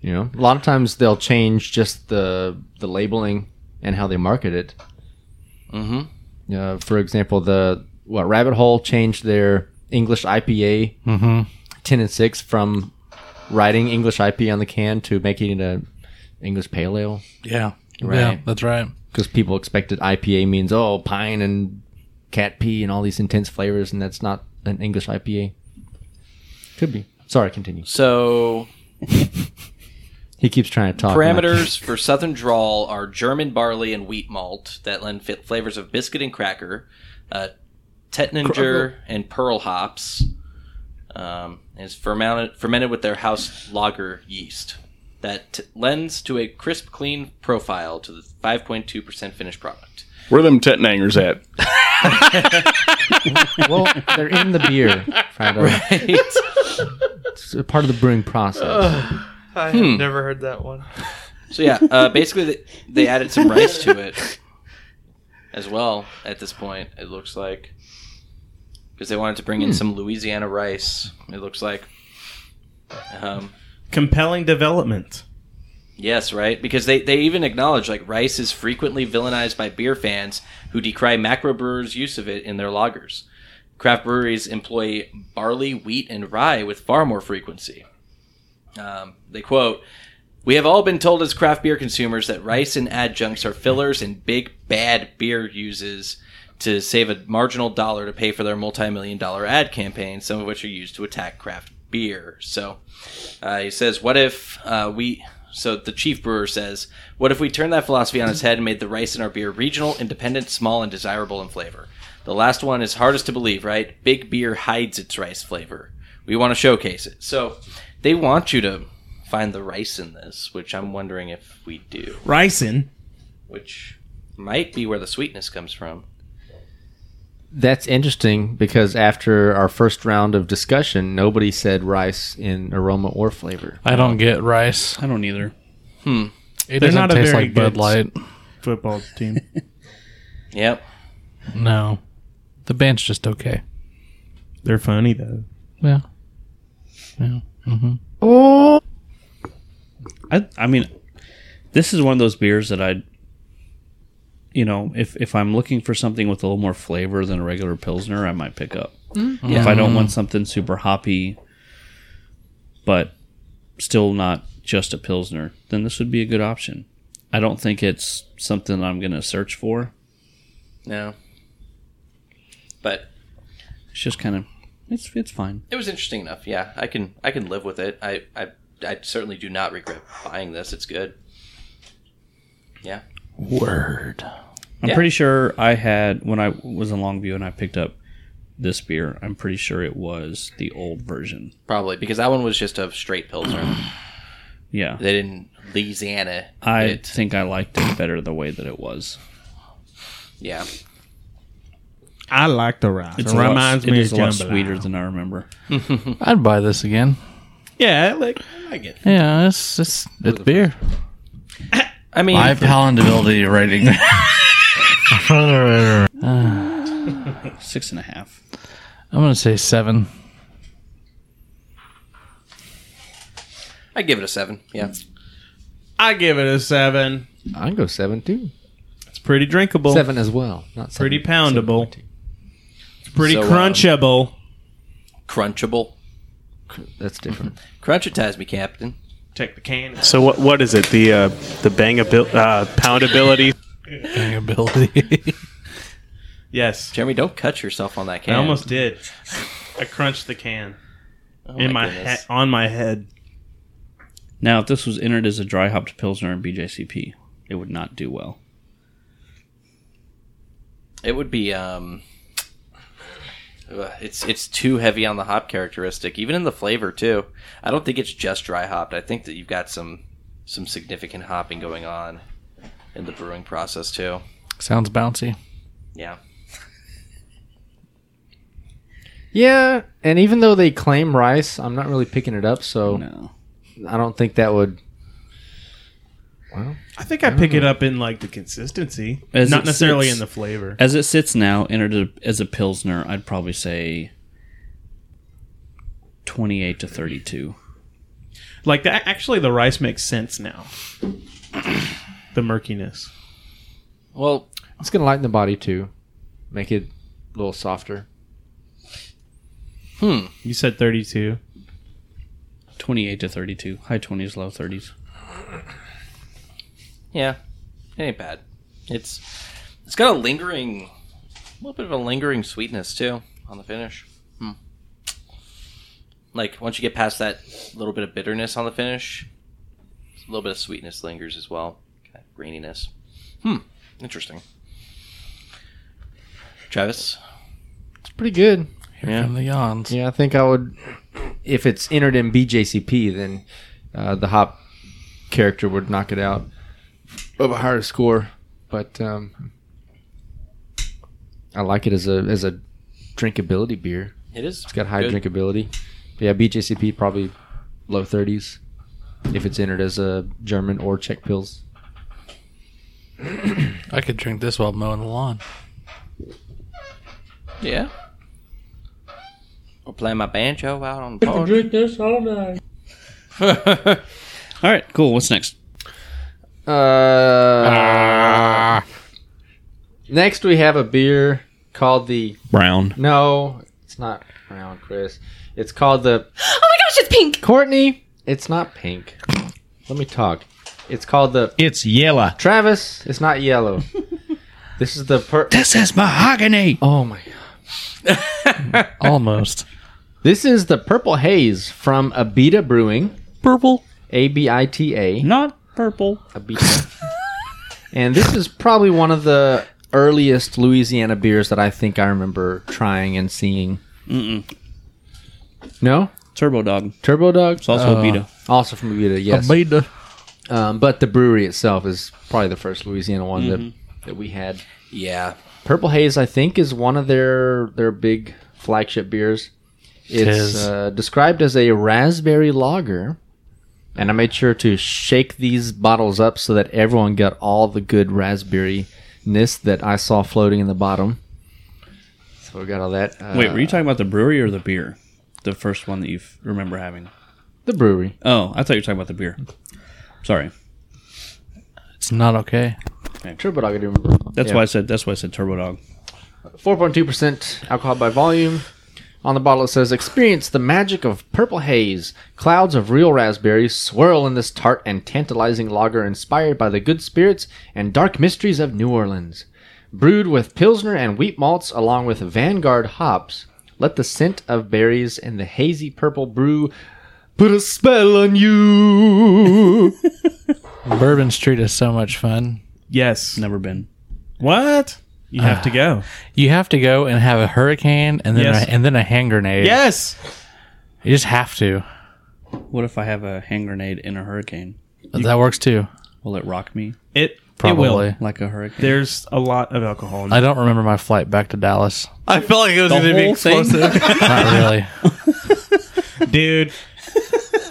[SPEAKER 4] You know, a lot of times they'll change just the the labeling and how they market it.
[SPEAKER 1] Mm-hmm.
[SPEAKER 4] Uh, for example, the what Rabbit Hole changed their English IPA ten and six from writing English IP on the can to making it a English Pale Ale
[SPEAKER 6] Yeah. Yeah,
[SPEAKER 4] Right.
[SPEAKER 6] that's right.
[SPEAKER 4] because people expected IPA means oh pine and cat pee and all these intense flavors, and that's not an English IPA. Could be. Sorry, continue.
[SPEAKER 1] So
[SPEAKER 4] He keeps trying to talk. and I
[SPEAKER 1] Parameters for Southern Drawl are German barley and wheat malt that lend fit flavors of biscuit and cracker, uh, Tettinger and pearl hops. Um, and is fermented, fermented with their house lager yeast that t- lends to a crisp, clean profile to the 5.2% finished product.
[SPEAKER 10] Where them tettenangers at?
[SPEAKER 4] can't- well, they're in the beer. Friday. It's a part of the brewing process.
[SPEAKER 9] I have never heard that one.
[SPEAKER 1] So, yeah, uh, basically, they, they added some rice to it as well at this point, it looks like. Because they wanted to bring in some Louisiana rice, it looks like. Um,
[SPEAKER 3] Compelling development.
[SPEAKER 1] Yes, right. Because they, they even acknowledge like rice is frequently villainized by beer fans who decry macro brewers' use of it in their lagers. Craft breweries employ barley, wheat, and rye with far more frequency. Um, they quote, "We have all been told as craft beer consumers that rice and adjuncts are fillers and big bad beer uses." To save a marginal dollar to pay for their multi-million dollar ad campaigns, some of which are used to attack craft beer. So, uh, he says, "What if uh, we?" So the chief brewer says, "What if we turned that philosophy on its head and made the rice in our beer regional, independent, small, and desirable in flavor?" The last one is hardest to believe, right? Big beer hides its rice flavor. We want to showcase it, so they want you to find the rice in this, which I'm wondering if we do,
[SPEAKER 3] Ricin.
[SPEAKER 1] which might be where the sweetness comes from.
[SPEAKER 4] That's interesting because after our first round of discussion, nobody said rice in aroma or flavor.
[SPEAKER 6] I don't get rice.
[SPEAKER 2] I don't either.
[SPEAKER 6] It
[SPEAKER 3] They're
[SPEAKER 6] doesn't
[SPEAKER 3] not a
[SPEAKER 6] taste
[SPEAKER 3] very
[SPEAKER 6] like Bud
[SPEAKER 3] good-
[SPEAKER 6] Light.
[SPEAKER 3] Football
[SPEAKER 2] [LAUGHS]
[SPEAKER 3] team.
[SPEAKER 1] Yep.
[SPEAKER 6] No. The band's just okay.
[SPEAKER 3] They're funny though.
[SPEAKER 6] Yeah. Yeah.
[SPEAKER 2] I I mean, this is one of those beers that I, you know, if if I'm looking for something with a little more flavor than a regular pilsner, I might pick up. If I don't want something super hoppy, but still not just a pilsner, then this would be a good option. I don't think it's something I'm going to search for.
[SPEAKER 1] No. But
[SPEAKER 2] It's just kind of it's it's fine.
[SPEAKER 1] it was interesting enough. Yeah, I can I can live with it. I I, I certainly do not regret buying this. It's good. Yeah.
[SPEAKER 2] I'm
[SPEAKER 1] Yeah.
[SPEAKER 2] pretty sure I had when I was in Longview and I picked up this beer. I'm pretty sure it was the old version.
[SPEAKER 1] Probably because that one was just a straight
[SPEAKER 3] [CLEARS THROAT]
[SPEAKER 1] pilsner.
[SPEAKER 2] Yeah.
[SPEAKER 1] they didn't Louisiana.
[SPEAKER 2] I
[SPEAKER 1] it.
[SPEAKER 2] think I liked it better the way that it was.
[SPEAKER 1] yeah.
[SPEAKER 3] I like the rice.
[SPEAKER 2] It's
[SPEAKER 3] it
[SPEAKER 2] a lot-
[SPEAKER 3] reminds
[SPEAKER 2] it
[SPEAKER 3] me
[SPEAKER 2] is
[SPEAKER 3] of
[SPEAKER 2] a lot
[SPEAKER 3] jambalaya.
[SPEAKER 2] sweeter than I remember.
[SPEAKER 6] I'd buy this again.
[SPEAKER 3] Yeah, I like I like it.
[SPEAKER 6] Yeah, it's it's it's beer.
[SPEAKER 1] I mean,
[SPEAKER 9] My palatability rating.
[SPEAKER 6] I'm
[SPEAKER 2] Six and a half.
[SPEAKER 6] gonna say seven.
[SPEAKER 1] I give it a seven. Yeah.
[SPEAKER 3] I give it a seven.
[SPEAKER 4] I go seven too.
[SPEAKER 3] It's pretty drinkable.
[SPEAKER 4] Seven as well. Not seven.
[SPEAKER 3] Pretty poundable.
[SPEAKER 4] 7.2.
[SPEAKER 3] It's pretty
[SPEAKER 1] So, um,
[SPEAKER 3] crunchable.
[SPEAKER 1] Crunchable.
[SPEAKER 4] That's different.
[SPEAKER 1] Crunchitize me, Captain.
[SPEAKER 3] Take the can.
[SPEAKER 10] So what what is it? The uh, the bang abil- uh, poundability
[SPEAKER 6] Ability.
[SPEAKER 3] Yes.
[SPEAKER 1] Jeremy, don't cut yourself on that can.
[SPEAKER 3] I almost did. I crunched the can
[SPEAKER 1] Oh
[SPEAKER 3] in my
[SPEAKER 1] goodness.
[SPEAKER 3] he- on my head.
[SPEAKER 2] Now, if this was entered as a dry hopped pilsner in BJCP, it would not do well.
[SPEAKER 1] It would be um ugh, it's it's too heavy on the hop characteristic, even in the flavor too. I don't think it's just dry hopped. I think that you've got some some significant hopping going on in the brewing process too.
[SPEAKER 6] [LAUGHS] Sounds bouncy.
[SPEAKER 1] Yeah.
[SPEAKER 4] Yeah, and even though they claim rice, I'm not really picking it up, so
[SPEAKER 2] No.
[SPEAKER 4] I don't think that would.
[SPEAKER 3] I think I pick it up in like the consistency,
[SPEAKER 2] As
[SPEAKER 3] not
[SPEAKER 2] it
[SPEAKER 3] necessarily
[SPEAKER 2] sits.
[SPEAKER 3] in the flavor.
[SPEAKER 2] As it sits now, entered a- as a pilsner, I'd probably say 28 to 32.
[SPEAKER 3] Like that, actually, the rice makes sense now. the murkiness.
[SPEAKER 1] Well,
[SPEAKER 4] It's gonna lighten the body too, make it a little softer.
[SPEAKER 3] You said thirty-two.
[SPEAKER 2] 28 to 32. High 20s, low 30s.
[SPEAKER 1] yeah. It ain't bad. It's it's got a lingering a little bit of a lingering sweetness too on the finish. Hmm. Like once you get past that little bit of bitterness on the finish, a little bit of sweetness lingers as well. Kind of graininess. Hmm. Interesting. Travis.
[SPEAKER 4] It's pretty good.
[SPEAKER 6] From the yawns.
[SPEAKER 4] Yeah, I think I would. If it's entered in BJCP, then uh, the hop character would knock it out of a higher score. But um, I like it as a as a drinkability beer.
[SPEAKER 1] It is.
[SPEAKER 4] It's got high
[SPEAKER 1] good.
[SPEAKER 4] drinkability. But yeah, BJCP probably low thirties if it's entered as a German or Czech pills.
[SPEAKER 6] I could drink this while mowing the lawn.
[SPEAKER 1] Yeah. Or play my banjo out on the porch.
[SPEAKER 2] All right, cool. What's next?
[SPEAKER 4] Uh, Next, we have a beer called the
[SPEAKER 2] Brown.
[SPEAKER 4] No, it's not brown, Chris. It's called the
[SPEAKER 8] Oh my gosh, it's pink.
[SPEAKER 4] Courtney. It's not pink. Let me talk. It's called the
[SPEAKER 7] It's Yella.
[SPEAKER 4] Travis. It's not
[SPEAKER 2] [LAUGHS]
[SPEAKER 4] yellow. this is the per.
[SPEAKER 2] This is mahogany.
[SPEAKER 4] Oh my god.
[SPEAKER 6] Almost.
[SPEAKER 4] This is the Purple Haze from Abita Brewing.
[SPEAKER 2] Purple.
[SPEAKER 4] A B I T A.
[SPEAKER 2] Not purple. [LAUGHS]
[SPEAKER 4] Abita. and this is probably one of the earliest Louisiana beers that I think I remember trying and seeing.
[SPEAKER 2] Mm-mm.
[SPEAKER 4] No,
[SPEAKER 2] Turbo Dog.
[SPEAKER 4] Turbo Dog.
[SPEAKER 2] It's also a Vita.
[SPEAKER 4] Also from Abita. Yes.
[SPEAKER 6] Beta.
[SPEAKER 4] Um, but the brewery itself is probably the first Louisiana one
[SPEAKER 2] Mm-hmm.
[SPEAKER 4] that, that we had.
[SPEAKER 1] yeah.
[SPEAKER 4] Purple Haze, I think, is one of their their big flagship beers. It's
[SPEAKER 6] Tis.
[SPEAKER 4] uh, described as a raspberry lager, and I made sure to shake these bottles up so that everyone got all the good raspberry ness that I saw floating in the bottom. So we got all that. Uh,
[SPEAKER 2] Wait, were you talking about the brewery or the beer? The first one that you f- remember having.
[SPEAKER 4] the brewery?
[SPEAKER 2] Oh, I thought you were talking about the beer. Sorry.
[SPEAKER 6] It's not okay.
[SPEAKER 4] Turbo Dog, I do remember.
[SPEAKER 2] That's
[SPEAKER 4] Yeah.
[SPEAKER 2] why I said that's why I said Turbo Dog.
[SPEAKER 4] 4.2% alcohol by volume. On the bottle it says, Experience the magic of purple haze. Clouds of real raspberries swirl in this tart and tantalizing lager inspired by the good spirits and dark mysteries of New Orleans. Brewed with Pilsner and wheat malts along with Vanguard hops, let the scent of berries and the hazy purple brew put a spell on you.
[SPEAKER 6] Bourbon Street is so much fun.
[SPEAKER 3] Yes.
[SPEAKER 2] Never been.
[SPEAKER 3] What? You have to go.
[SPEAKER 6] You have to go and have a hurricane and then
[SPEAKER 3] Yes.
[SPEAKER 6] a, and then a hand grenade.
[SPEAKER 3] Yes.
[SPEAKER 6] You just have to.
[SPEAKER 2] What if I have a hand grenade in a hurricane?
[SPEAKER 6] that works too.
[SPEAKER 2] Will it rock me
[SPEAKER 3] It It will.
[SPEAKER 6] Probably.
[SPEAKER 2] like a hurricane?
[SPEAKER 3] There's a lot of alcohol. In
[SPEAKER 6] I don't remember my flight back to Dallas.
[SPEAKER 9] I felt like it was
[SPEAKER 2] The
[SPEAKER 9] going to be
[SPEAKER 2] whole thing?
[SPEAKER 9] explosive.
[SPEAKER 6] Not really.
[SPEAKER 3] dude.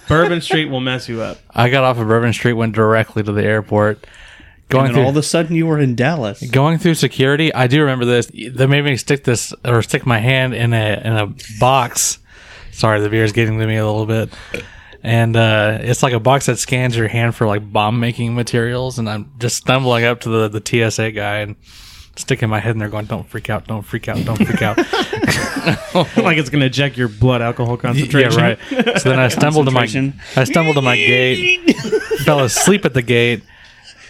[SPEAKER 3] Bourbon Street will mess you up.
[SPEAKER 6] I got off of Bourbon Street, went directly to the airport. Going
[SPEAKER 2] and then
[SPEAKER 6] through
[SPEAKER 2] all of a sudden you were in Dallas.
[SPEAKER 6] going through security, I do remember this. They made me stick this or stick my hand in a in a box. Sorry, the beer is getting to me a little bit. And uh, it's like a box that scans your hand for like bomb making materials. And I'm just stumbling up to the, the TSA guy and sticking my head in there, going, "Don't freak out! Don't freak out!
[SPEAKER 2] [LAUGHS]
[SPEAKER 6] Don't freak out!"
[SPEAKER 3] [LAUGHS] like it's gonna check your blood alcohol
[SPEAKER 6] yeah,
[SPEAKER 3] concentration.
[SPEAKER 6] right. So then I stumbled to my
[SPEAKER 2] Concentration.
[SPEAKER 3] [LAUGHS]
[SPEAKER 6] I stumbled to my gate, fell asleep at the gate,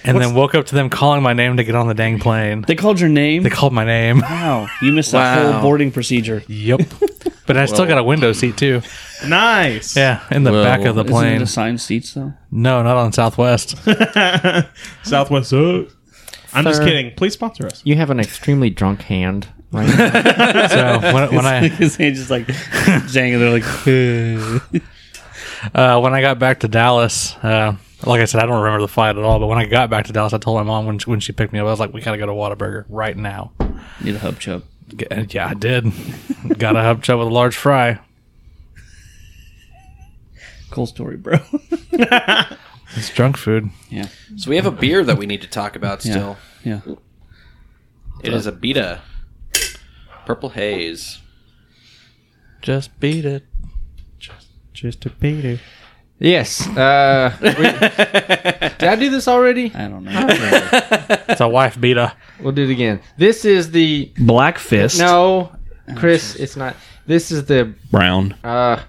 [SPEAKER 6] and then woke up to them calling my name to get on the dang plane.
[SPEAKER 2] They called your name.
[SPEAKER 6] They called my name.
[SPEAKER 2] wow, you missed that
[SPEAKER 1] Wow.
[SPEAKER 2] whole boarding procedure.
[SPEAKER 6] yep. But I still got a window seat too.
[SPEAKER 3] Nice.
[SPEAKER 6] Yeah, in the back of the
[SPEAKER 2] Isn't it
[SPEAKER 6] plane.
[SPEAKER 2] assigned seats though?
[SPEAKER 6] No, not
[SPEAKER 2] [LAUGHS]
[SPEAKER 6] on Southwest.
[SPEAKER 3] [LAUGHS] Southwest sucks. I'm just kidding. Please sponsor us.
[SPEAKER 4] You have an extremely drunk hand right now.
[SPEAKER 6] So when, when I
[SPEAKER 2] His hand's just like jangling. They're like,
[SPEAKER 6] uh, when I got back to Dallas, uh, like I said, I don't remember the flight at all. But when I got back to Dallas, I told my mom when she, when she picked me up, I was like, "We gotta go to Whataburger right now."
[SPEAKER 2] need a hub chub.
[SPEAKER 6] G- and yeah, I did. [LAUGHS] got a hub chub with a large fry.
[SPEAKER 2] Cool story,
[SPEAKER 6] [LAUGHS]
[SPEAKER 2] bro.
[SPEAKER 6] It's junk food.
[SPEAKER 1] So we have a beer that we need to talk about still.
[SPEAKER 2] yeah.
[SPEAKER 1] It is a Beta Purple Haze.
[SPEAKER 6] Just beat it.
[SPEAKER 3] Just a Peter.
[SPEAKER 4] Yes. Uh, we- did I do this already?
[SPEAKER 2] I
[SPEAKER 4] [LAUGHS]
[SPEAKER 2] don't know.
[SPEAKER 6] It's a wife beater.
[SPEAKER 4] We'll do it again. This is the
[SPEAKER 2] Black fist.
[SPEAKER 4] no, Chris. It's not. This is the
[SPEAKER 2] Brown.
[SPEAKER 4] uh,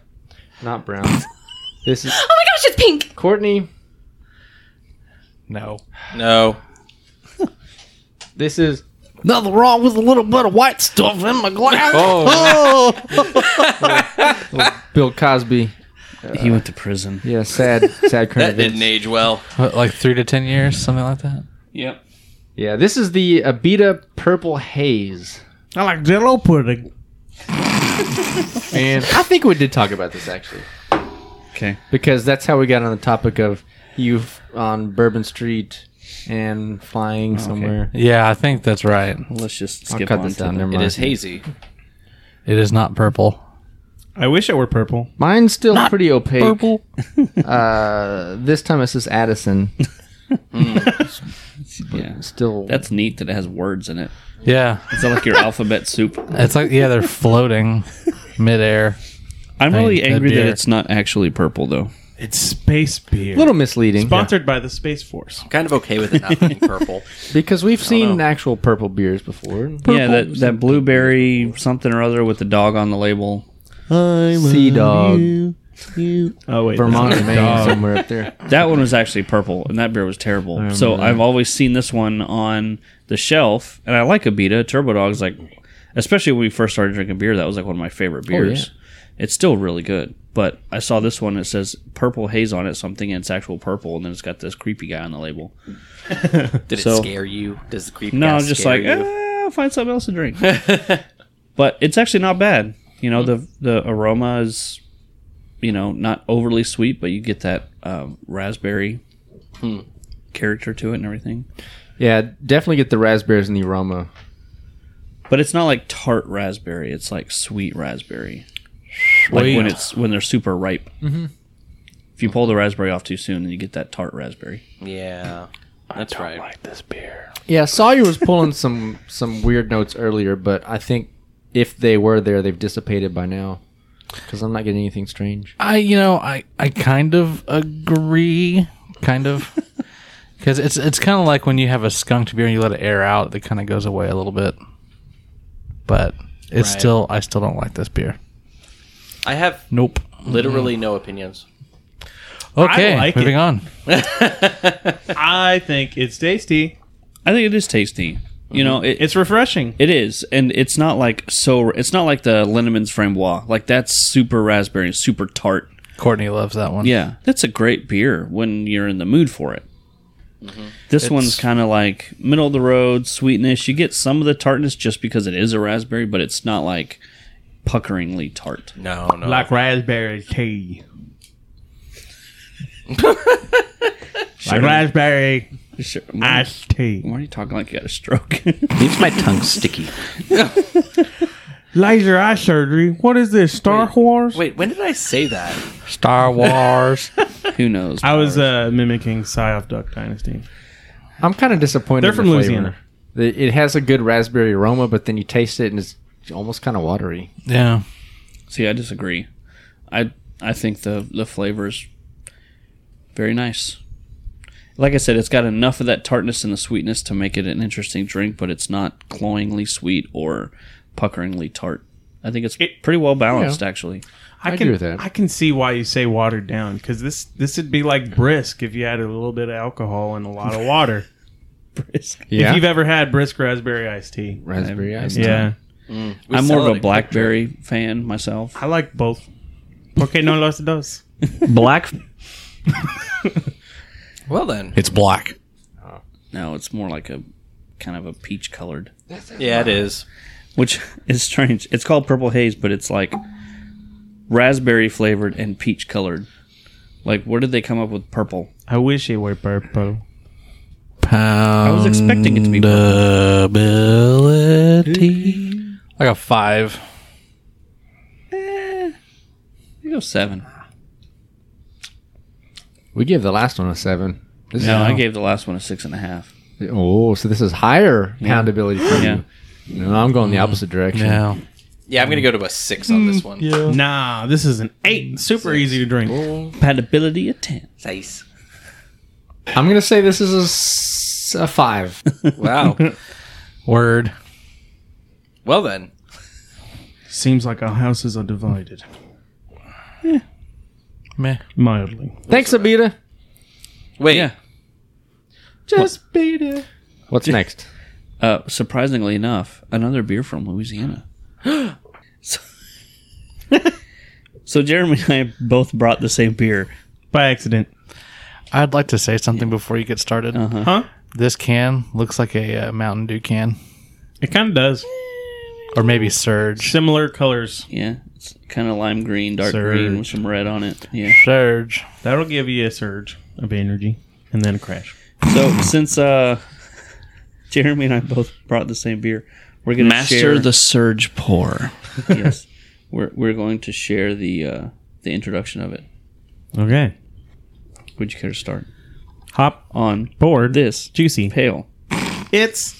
[SPEAKER 4] not
[SPEAKER 2] [LAUGHS]
[SPEAKER 4] brown. This is
[SPEAKER 8] Oh my gosh, it's pink.
[SPEAKER 4] Courtney.
[SPEAKER 6] No.
[SPEAKER 1] No.
[SPEAKER 4] This is
[SPEAKER 9] Nothing wrong with a little bit of white stuff in my glass.
[SPEAKER 4] Bill Cosby.
[SPEAKER 2] he went to prison. [LAUGHS]
[SPEAKER 4] Yeah, sad, sad
[SPEAKER 1] That
[SPEAKER 4] current
[SPEAKER 1] didn't
[SPEAKER 4] events.
[SPEAKER 1] age well.
[SPEAKER 6] What, like three to ten years, something like that.
[SPEAKER 2] Yep.
[SPEAKER 4] Yeah, this is the Abita Purple Haze,
[SPEAKER 3] I like jello pudding.
[SPEAKER 4] and I think we did talk about this actually
[SPEAKER 2] Okay.
[SPEAKER 4] because that's how we got on the topic of you f- on Bourbon Street and flying somewhere.
[SPEAKER 6] Yeah, I think that's right.
[SPEAKER 2] Well, let's just
[SPEAKER 4] I'll
[SPEAKER 2] skip
[SPEAKER 4] cut
[SPEAKER 2] on
[SPEAKER 4] this
[SPEAKER 2] to
[SPEAKER 4] down.
[SPEAKER 2] the-
[SPEAKER 4] Never
[SPEAKER 1] It
[SPEAKER 4] mind.
[SPEAKER 1] is hazy.
[SPEAKER 6] It is not purple.
[SPEAKER 3] I wish it were purple.
[SPEAKER 4] Mine's still pretty opaque. [LAUGHS] Uh, this time it says Addison.
[SPEAKER 2] Yeah.
[SPEAKER 4] Still,
[SPEAKER 2] That's neat that it has words in it.
[SPEAKER 6] Yeah,
[SPEAKER 2] It's not like
[SPEAKER 4] [LAUGHS]
[SPEAKER 2] your alphabet soup.
[SPEAKER 6] it's like yeah, they're floating midair.
[SPEAKER 2] I'm really
[SPEAKER 6] that
[SPEAKER 2] angry that
[SPEAKER 6] beer.
[SPEAKER 2] it's not actually purple though.
[SPEAKER 3] It's space beer.
[SPEAKER 4] a little misleading
[SPEAKER 3] Sponsored by the Space Force.
[SPEAKER 1] I'm kind of okay with it not being purple.
[SPEAKER 4] because we've seen actual purple beers before.
[SPEAKER 2] yeah, that, that blueberry something or other with the dog on the label.
[SPEAKER 4] Sea Dog,
[SPEAKER 3] Oh wait,
[SPEAKER 4] Vermont,
[SPEAKER 3] that's not
[SPEAKER 4] or
[SPEAKER 3] a
[SPEAKER 4] Maine,
[SPEAKER 3] dog.
[SPEAKER 4] somewhere up there.
[SPEAKER 2] That one was actually purple, and that beer was terrible. So I've always seen this one on the shelf, and I like a Beta. Turbo Dog's like, especially when we first started drinking beer, that was like one of my favorite beers. It's still really good, but I saw this one that says purple haze on it, something, and it's actual purple, and then it's got this creepy guy on the label.
[SPEAKER 1] Did
[SPEAKER 2] So-
[SPEAKER 1] it scare you? Does the creep?
[SPEAKER 2] No,
[SPEAKER 1] gas
[SPEAKER 2] I'm just
[SPEAKER 1] scare
[SPEAKER 2] like,
[SPEAKER 1] you?
[SPEAKER 2] "Eh, I'll find something else
[SPEAKER 1] [LAUGHS]
[SPEAKER 2] to drink. but it's actually not bad. You
[SPEAKER 1] Hmm.
[SPEAKER 2] know, the the aroma is, you know, not overly sweet, but you get that um, raspberry
[SPEAKER 1] Hmm.
[SPEAKER 2] character to it and everything.
[SPEAKER 4] Yeah, definitely get the raspberries and the aroma.
[SPEAKER 2] But it's not like tart raspberry. It's like sweet raspberry. Like when it's when they're super ripe. Mm-hmm. If you pull the raspberry off too soon, then you get that tart raspberry.
[SPEAKER 1] yeah, that's right.
[SPEAKER 4] Yeah, Sawyer was pulling some some weird notes earlier, but I think if they were there, they've dissipated by now because I'm not getting anything strange.
[SPEAKER 6] I you know I I kind of agree, kind of, because it's it's kind of like when you have a skunked beer and you let it air out, it kind of goes away a little bit. But it's
[SPEAKER 1] Right.
[SPEAKER 6] still I still don't like this beer.
[SPEAKER 1] I have
[SPEAKER 2] Mm-hmm.
[SPEAKER 6] Nope.
[SPEAKER 1] literally no opinions.
[SPEAKER 6] Okay,
[SPEAKER 3] like
[SPEAKER 6] moving
[SPEAKER 3] it.
[SPEAKER 6] on.
[SPEAKER 3] [LAUGHS] I think it's tasty.
[SPEAKER 2] I think it is tasty.
[SPEAKER 1] Mm-hmm.
[SPEAKER 2] You know, it,
[SPEAKER 3] It's refreshing.
[SPEAKER 2] It is, and it's not like so. It's not like the Lindeman's Frambois. Like that's super raspberry, super tart.
[SPEAKER 6] Courtney loves that one.
[SPEAKER 2] Yeah, that's a great beer when you're in the mood for it. This one's kind of like middle of the road sweetness. You get some of the tartness just because it is a raspberry, but it's not like puckeringly tart.
[SPEAKER 1] No, no.
[SPEAKER 3] Like raspberry [LAUGHS] tea. like raspberry
[SPEAKER 2] Sure. Why
[SPEAKER 3] iced tea.
[SPEAKER 2] why are you talking like you got a stroke?
[SPEAKER 1] leaves my tongue sticky.
[SPEAKER 3] Laser eye surgery. What is this? Star Wars?
[SPEAKER 1] Wait, when did I say that?
[SPEAKER 6] Star Wars.
[SPEAKER 2] [LAUGHS] Who knows?
[SPEAKER 3] I was uh, mimicking Psy of Duck Dynasty.
[SPEAKER 4] I'm kind of disappointed.
[SPEAKER 3] They're
[SPEAKER 4] in
[SPEAKER 3] from
[SPEAKER 4] the
[SPEAKER 3] Louisiana.
[SPEAKER 4] Flavor. It it has a good raspberry aroma, but then you taste it and it's almost kind of watery.
[SPEAKER 6] [LAUGHS] yeah.
[SPEAKER 2] See, I disagree. I I think the the flavor is very nice. Like I said, it's got enough of that tartness and the sweetness to make it an interesting drink, but it's not cloyingly sweet or puckeringly tart. I think it's
[SPEAKER 3] It-
[SPEAKER 2] pretty well balanced, actually.
[SPEAKER 3] I,
[SPEAKER 4] I
[SPEAKER 3] can,
[SPEAKER 4] agree with that.
[SPEAKER 3] I can see why you say watered down because this this would be like brisk if you had a little bit of alcohol and a lot of [LAUGHS] water. If you've ever had brisk raspberry iced tea,
[SPEAKER 4] raspberry ice.
[SPEAKER 3] yeah,
[SPEAKER 1] We
[SPEAKER 2] I'm more
[SPEAKER 1] sell
[SPEAKER 2] of
[SPEAKER 1] it
[SPEAKER 2] a
[SPEAKER 1] at
[SPEAKER 2] blackberry fan myself.
[SPEAKER 3] I like both. Por qué no los dos?
[SPEAKER 2] Black?
[SPEAKER 1] Quick Trip. Well then,
[SPEAKER 5] It's black.
[SPEAKER 2] No, it's more like a kind of a peach colored,
[SPEAKER 1] yeah, it is.
[SPEAKER 2] which [LAUGHS] is strange. It's called purple haze, but it's like raspberry flavored and peach colored. Like, where did they come up with purple?
[SPEAKER 3] I wish it were purple.
[SPEAKER 5] Pound
[SPEAKER 2] I was expecting it to be purple.
[SPEAKER 10] uh,
[SPEAKER 5] like a five.
[SPEAKER 2] You go seven.
[SPEAKER 4] We gave the last one a seven. This
[SPEAKER 2] No, I
[SPEAKER 4] is,
[SPEAKER 2] gave the last one a six and a halhalf.
[SPEAKER 4] oh, so this is higher poundability for
[SPEAKER 2] Yeah. Mm.
[SPEAKER 4] you. No, I'm going the opposite direction.
[SPEAKER 5] Yeah.
[SPEAKER 1] Yeah, I'm gonna go to a six on this one. Yeah.
[SPEAKER 3] Nah, this is an eight. Super easy to drink.
[SPEAKER 2] Compatibility at ten.
[SPEAKER 4] I'm gonna say this is a s-
[SPEAKER 2] [LAUGHS]
[SPEAKER 4] a, five.
[SPEAKER 1] Wow.
[SPEAKER 5] Word.
[SPEAKER 1] well then,
[SPEAKER 3] Seems like our houses are divided
[SPEAKER 5] Meh.
[SPEAKER 3] mildly.
[SPEAKER 4] Thanks, Abita.
[SPEAKER 1] wait.
[SPEAKER 2] Yeah.
[SPEAKER 3] Just beat it.
[SPEAKER 4] What's next?
[SPEAKER 2] Uh, surprisingly enough, another beer from Louisiana. [GASPS] so, [LAUGHS] so Jeremy and I both brought the same beer.
[SPEAKER 3] by accident.
[SPEAKER 6] I'd like to say something before you get started.
[SPEAKER 3] Huh?
[SPEAKER 6] This can looks like a uh, Mountain Dew can,
[SPEAKER 3] It kind of does.
[SPEAKER 6] or maybe Surge.
[SPEAKER 3] Similar colors.
[SPEAKER 2] Yeah, it's kind of lime green, dark
[SPEAKER 3] Surge.
[SPEAKER 2] green with some red on it. Yeah.
[SPEAKER 6] Surge.
[SPEAKER 3] That'll give you a surge of energy and then a crash.
[SPEAKER 2] So since uh, [LAUGHS] Jeremy and I both brought the same beer, we're gonna
[SPEAKER 10] Master
[SPEAKER 2] share,
[SPEAKER 10] the surge pour.
[SPEAKER 2] [LAUGHS] yes, we're we're going to share the uh, the introduction of it.
[SPEAKER 3] Okay.
[SPEAKER 2] Would you care to start
[SPEAKER 3] Hop
[SPEAKER 2] on
[SPEAKER 3] board.
[SPEAKER 2] this
[SPEAKER 3] Juicy.
[SPEAKER 2] pale
[SPEAKER 3] It's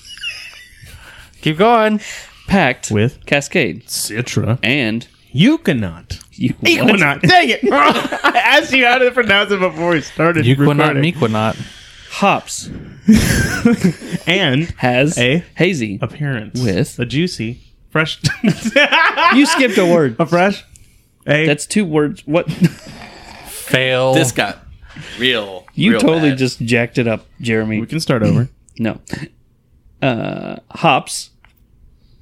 [SPEAKER 6] Keep going.
[SPEAKER 2] packed
[SPEAKER 3] with
[SPEAKER 2] Cascade
[SPEAKER 3] Citra.
[SPEAKER 2] and
[SPEAKER 3] Euconaut. [LAUGHS]
[SPEAKER 2] you
[SPEAKER 3] Euconaut. Dang it. [LAUGHS] I asked you how to pronounce it before we started.
[SPEAKER 6] Equinot,
[SPEAKER 3] recording.
[SPEAKER 6] Mequinot.
[SPEAKER 2] hops
[SPEAKER 3] And
[SPEAKER 2] has
[SPEAKER 3] A?
[SPEAKER 2] hazy
[SPEAKER 3] appearance.
[SPEAKER 2] With?
[SPEAKER 3] a juicy, fresh. [LAUGHS]
[SPEAKER 2] You skipped a word.
[SPEAKER 3] a fresh.
[SPEAKER 2] [LAUGHS]
[SPEAKER 3] A.
[SPEAKER 2] That's two words. What
[SPEAKER 6] Fail.
[SPEAKER 1] This got real.
[SPEAKER 2] [LAUGHS] you
[SPEAKER 1] real
[SPEAKER 2] totally
[SPEAKER 1] bad.
[SPEAKER 2] just jacked it up, Jeremy.
[SPEAKER 3] we can start [CLEARS THROAT] over.
[SPEAKER 2] No, uh, hops.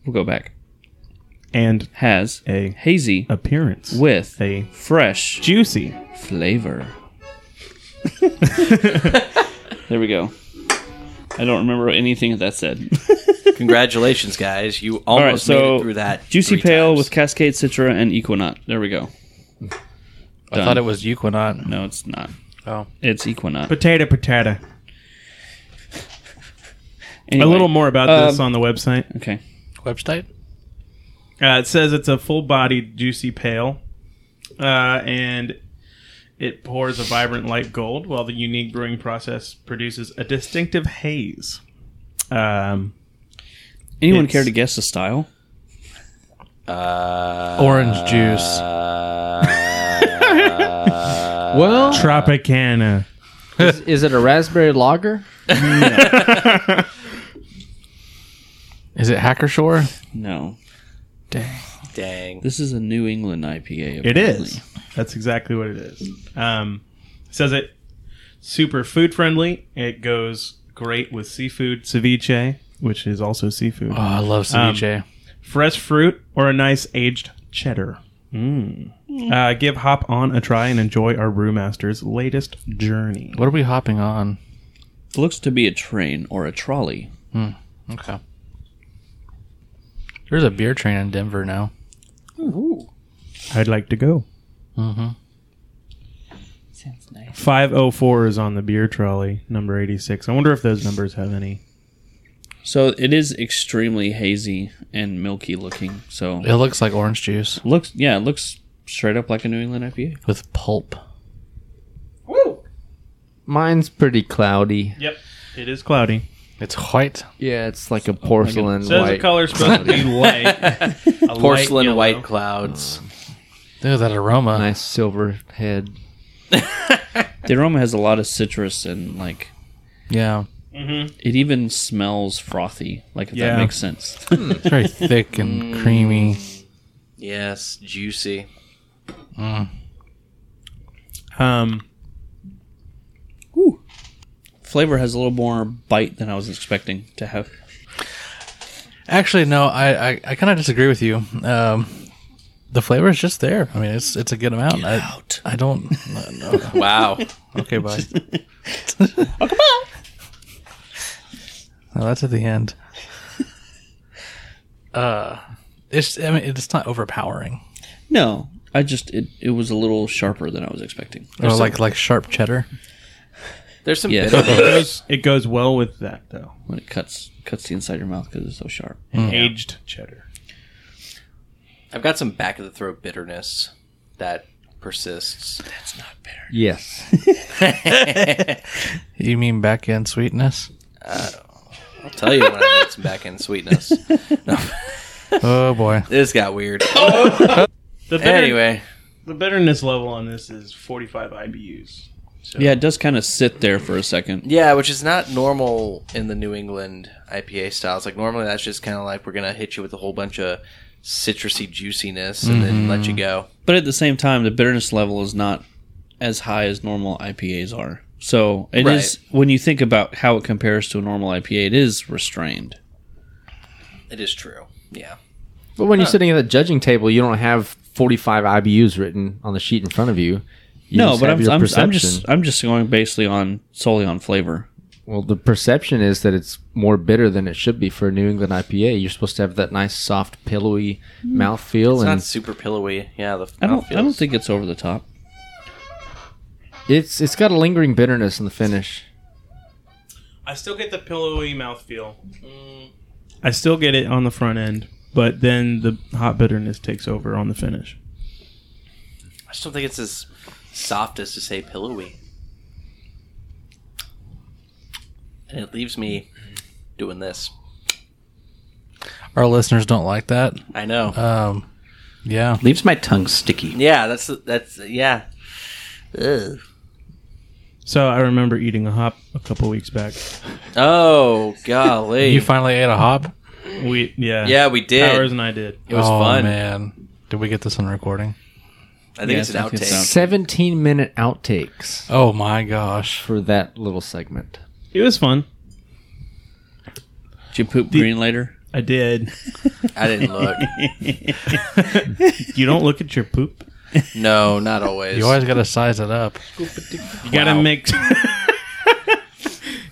[SPEAKER 2] We'll go back.
[SPEAKER 3] and
[SPEAKER 2] Has
[SPEAKER 3] A.
[SPEAKER 2] hazy
[SPEAKER 3] appearance.
[SPEAKER 2] with
[SPEAKER 3] a
[SPEAKER 2] fresh
[SPEAKER 3] juicy. [LAUGHS]
[SPEAKER 2] flavor. there we go. I don't remember anything that said.
[SPEAKER 1] Congratulations, guys! You almost
[SPEAKER 2] right, so
[SPEAKER 1] made it through that.
[SPEAKER 2] Juicy
[SPEAKER 1] three
[SPEAKER 2] Pale
[SPEAKER 1] times.
[SPEAKER 2] with Cascade Citra and Equinot. There we go.
[SPEAKER 6] I thought it was Equinot.
[SPEAKER 2] No, it's not.
[SPEAKER 6] Oh.
[SPEAKER 2] It's Equinot.
[SPEAKER 3] Potato, potato.
[SPEAKER 2] Anyway,
[SPEAKER 3] a little more about this
[SPEAKER 2] um,
[SPEAKER 3] on the website.
[SPEAKER 2] Okay.
[SPEAKER 6] Website?
[SPEAKER 3] Uh, it says it's a full-bodied, juicy pale, uh, and it pours a vibrant light gold, while the unique brewing process produces a distinctive haze. Um,
[SPEAKER 2] Anyone
[SPEAKER 3] It's-
[SPEAKER 2] care to guess the style?
[SPEAKER 6] Orange juice.
[SPEAKER 4] well,
[SPEAKER 3] Tropicana.
[SPEAKER 4] [LAUGHS] is, is it a raspberry lager?
[SPEAKER 6] Is it Hackershore?
[SPEAKER 2] No.
[SPEAKER 1] dang.
[SPEAKER 2] This is a New England IPA.
[SPEAKER 3] It
[SPEAKER 2] apparently.
[SPEAKER 3] is. That's exactly what it is. Um, it says it super food friendly. It goes great with seafood ceviche, which is also seafood.
[SPEAKER 6] Oh, I love ceviche.
[SPEAKER 3] fresh fruit or a nice aged cheddar. Mm. Uh, give Hop On a try and enjoy our brewmaster's latest journey.
[SPEAKER 6] what are we hopping on?
[SPEAKER 2] Looks to be a train or a trolley.
[SPEAKER 6] Okay. There's a beer train in Denver now.
[SPEAKER 3] I'd like to go. Mm-hmm. Sounds nice. 504 is on the beer trolley, number 86. I wonder if those numbers have any.
[SPEAKER 2] So it is extremely hazy and milky looking. So
[SPEAKER 6] It looks like orange juice
[SPEAKER 2] looks yeah, it looks straight up like a New England IPA.
[SPEAKER 6] with pulp.
[SPEAKER 4] Mine's pretty cloudy.
[SPEAKER 3] Yep. It is cloudy.
[SPEAKER 6] It's white.
[SPEAKER 4] Yeah, it's
[SPEAKER 2] Oh
[SPEAKER 4] like a porcelain
[SPEAKER 3] Says the
[SPEAKER 4] white.
[SPEAKER 3] color's supposed to
[SPEAKER 1] [LAUGHS]
[SPEAKER 3] be white. A light
[SPEAKER 1] Porcelain
[SPEAKER 3] yellow.
[SPEAKER 1] white clouds.
[SPEAKER 6] Dude, that aroma.
[SPEAKER 4] Nice silver head.
[SPEAKER 2] The aroma has a lot of citrus and like
[SPEAKER 6] Yeah.
[SPEAKER 2] it even smells frothy, like if
[SPEAKER 3] Yeah.
[SPEAKER 2] that makes sense.
[SPEAKER 6] It's very thick and creamy.
[SPEAKER 1] Yes, juicy.
[SPEAKER 3] Um,
[SPEAKER 2] Flavor has a little more bite than I was expecting to have.
[SPEAKER 6] Actually, no, I I, I kind of disagree with you. Um, the flavor is just there. I mean, it's it's a good amount. I, I don't. no.
[SPEAKER 1] Wow. [LAUGHS]
[SPEAKER 6] Okay, bye. oh, come
[SPEAKER 1] Oh,
[SPEAKER 6] on. that's at the end. Uh, it's I mean it's not overpowering.
[SPEAKER 2] No, I just it, it was a little sharper than I was expecting.
[SPEAKER 4] Oh.
[SPEAKER 6] Or like like sharp cheddar.
[SPEAKER 1] There's some
[SPEAKER 2] Yes.
[SPEAKER 3] it,
[SPEAKER 1] bitter.
[SPEAKER 3] goes, it goes well with that though.
[SPEAKER 2] When it cuts cuts the inside of your mouth because it's so sharp.
[SPEAKER 3] Aged cheddar.
[SPEAKER 1] I've got some back of the throat bitterness that persists. That's not bitter.
[SPEAKER 4] Yes.
[SPEAKER 2] [LAUGHS]
[SPEAKER 6] You mean back end sweetness?
[SPEAKER 1] I'll tell you when I need some back end sweetness.
[SPEAKER 6] Oh boy.
[SPEAKER 1] This got weird.
[SPEAKER 3] The bitter,
[SPEAKER 1] anyway,
[SPEAKER 3] the bitterness level on this is 45 IBUs. So
[SPEAKER 2] Yeah, it does kind of sit there for a second.
[SPEAKER 1] yeah, which is not normal in the New England IPA styles. Like normally, that's just kind of like we're gonna hit you with a whole bunch of citrusy juiciness and then let you go.
[SPEAKER 2] But at the same time, the bitterness level is not as high as normal IPAs are. So it is
[SPEAKER 1] Right.
[SPEAKER 2] when you think about how it compares to a normal IPA, it is restrained.
[SPEAKER 1] It is true. Yeah.
[SPEAKER 4] But when you're sitting at that judging table, you don't have 45 IBUs written on the sheet in front of you. You
[SPEAKER 2] no,
[SPEAKER 4] just
[SPEAKER 2] but
[SPEAKER 4] have
[SPEAKER 2] I'm,
[SPEAKER 4] your
[SPEAKER 2] I'm, I'm
[SPEAKER 4] perception.
[SPEAKER 2] just I'm just going basically on solely on flavor.
[SPEAKER 4] Well, the perception is that it's more bitter than it should be for a New England IPA. You're supposed to have that nice, soft, pillowy mouthfeel,
[SPEAKER 1] It's
[SPEAKER 4] and
[SPEAKER 1] not super pillowy. Yeah, the
[SPEAKER 2] I don't I don't
[SPEAKER 1] feels-
[SPEAKER 2] think it's over the top.
[SPEAKER 4] it's it's got a lingering bitterness in the finish.
[SPEAKER 3] I still get the pillowy mouthfeel. I still get it on the front end, but then the hot bitterness takes over on the finish.
[SPEAKER 1] I just don't think it's as soft as to say pillowy. And it leaves me doing this.
[SPEAKER 6] Our listeners don't like that.
[SPEAKER 1] I know.
[SPEAKER 6] Um, yeah.
[SPEAKER 2] Leaves my tongue sticky.
[SPEAKER 1] yeah, that's that's yeah. Ugh.
[SPEAKER 3] So I remember eating a hop a couple weeks back.
[SPEAKER 1] Oh golly!
[SPEAKER 6] [LAUGHS] You finally ate a hop.
[SPEAKER 3] We yeah
[SPEAKER 1] yeah, we did.
[SPEAKER 3] Powers and I did.
[SPEAKER 1] it was
[SPEAKER 6] oh,
[SPEAKER 1] fun.
[SPEAKER 6] man. Did we get this on recording?
[SPEAKER 1] I think
[SPEAKER 2] Yeah,
[SPEAKER 1] it's an
[SPEAKER 2] I think it's
[SPEAKER 1] outtake.
[SPEAKER 2] out.
[SPEAKER 4] 17 minute outtakes
[SPEAKER 6] Oh my gosh.
[SPEAKER 4] for that little segment.
[SPEAKER 3] It was fun.
[SPEAKER 2] Did you poop green later?
[SPEAKER 1] [LAUGHS]
[SPEAKER 3] I did.
[SPEAKER 1] I didn't look.
[SPEAKER 3] You don't look at your poop.
[SPEAKER 1] No, not always.
[SPEAKER 6] You always got to size it up.
[SPEAKER 3] You gotta
[SPEAKER 1] [LAUGHS]
[SPEAKER 3] make.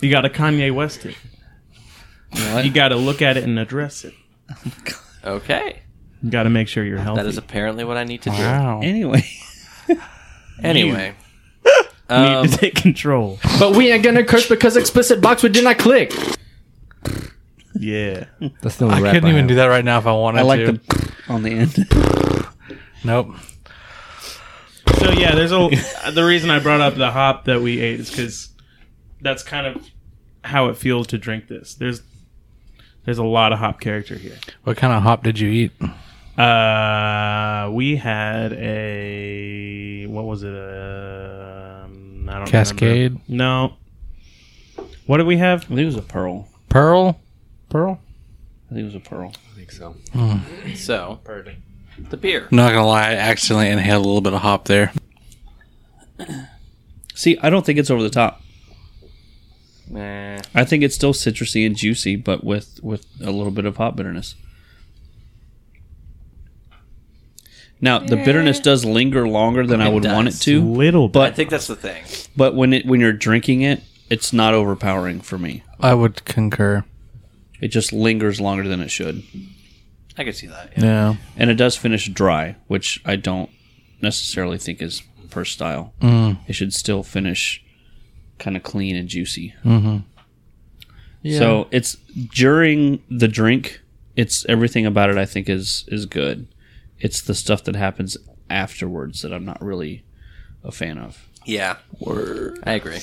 [SPEAKER 3] you gotta Kanye West it. You gotta look at it and address it.
[SPEAKER 1] okay,
[SPEAKER 3] You gotta make sure you're healthy.
[SPEAKER 1] that is apparently what I need to do.
[SPEAKER 6] Wow.
[SPEAKER 2] Anyway, [LAUGHS]
[SPEAKER 1] Anyway,
[SPEAKER 3] You
[SPEAKER 1] um,
[SPEAKER 3] need to take control.
[SPEAKER 4] But we ain't gonna curse because explicit box we did not click.
[SPEAKER 3] Yeah.
[SPEAKER 4] That's the only
[SPEAKER 6] I
[SPEAKER 4] rap
[SPEAKER 6] couldn't
[SPEAKER 4] I
[SPEAKER 6] even
[SPEAKER 4] have.
[SPEAKER 6] do that right now if I wanted
[SPEAKER 2] I like
[SPEAKER 6] to.
[SPEAKER 2] the on the end.
[SPEAKER 6] Nope.
[SPEAKER 3] So yeah, there's [LAUGHS] a the reason I brought up the hop that we ate is because that's kind of how it feels to drink this. There's there's a lot of hop character here.
[SPEAKER 6] What kind of hop did you eat?
[SPEAKER 3] Uh, we had a what was it? Um, I don't
[SPEAKER 6] Cascade?
[SPEAKER 3] Remember. No. What did we have?
[SPEAKER 2] I think it was a pearl.
[SPEAKER 6] Pearl?
[SPEAKER 3] Pearl.
[SPEAKER 2] I think it was a pearl.
[SPEAKER 1] so the beer.
[SPEAKER 6] Not going to lie, I accidentally inhaled a little bit of hop there.
[SPEAKER 2] See, I don't think it's over the top.
[SPEAKER 1] Nah.
[SPEAKER 2] I think it's still citrusy and juicy, but with with a little bit of hop bitterness. Now the bitterness does linger longer than I would want it
[SPEAKER 1] does.
[SPEAKER 2] to,
[SPEAKER 3] Little,
[SPEAKER 1] I
[SPEAKER 2] but
[SPEAKER 1] think that's the thing.
[SPEAKER 2] but when it when you're drinking it, it's not overpowering for me.
[SPEAKER 6] I would concur.
[SPEAKER 2] It just lingers longer than it should,
[SPEAKER 1] I could see that. Yeah.
[SPEAKER 6] Yeah.
[SPEAKER 2] and it does finish dry, which I don't necessarily think is per style. It should still finish kind of clean and juicy. So it's during the drink. It's everything about it. I think is is good. It's the stuff that happens afterwards that I'm not really a fan of.
[SPEAKER 1] Yeah. I agree.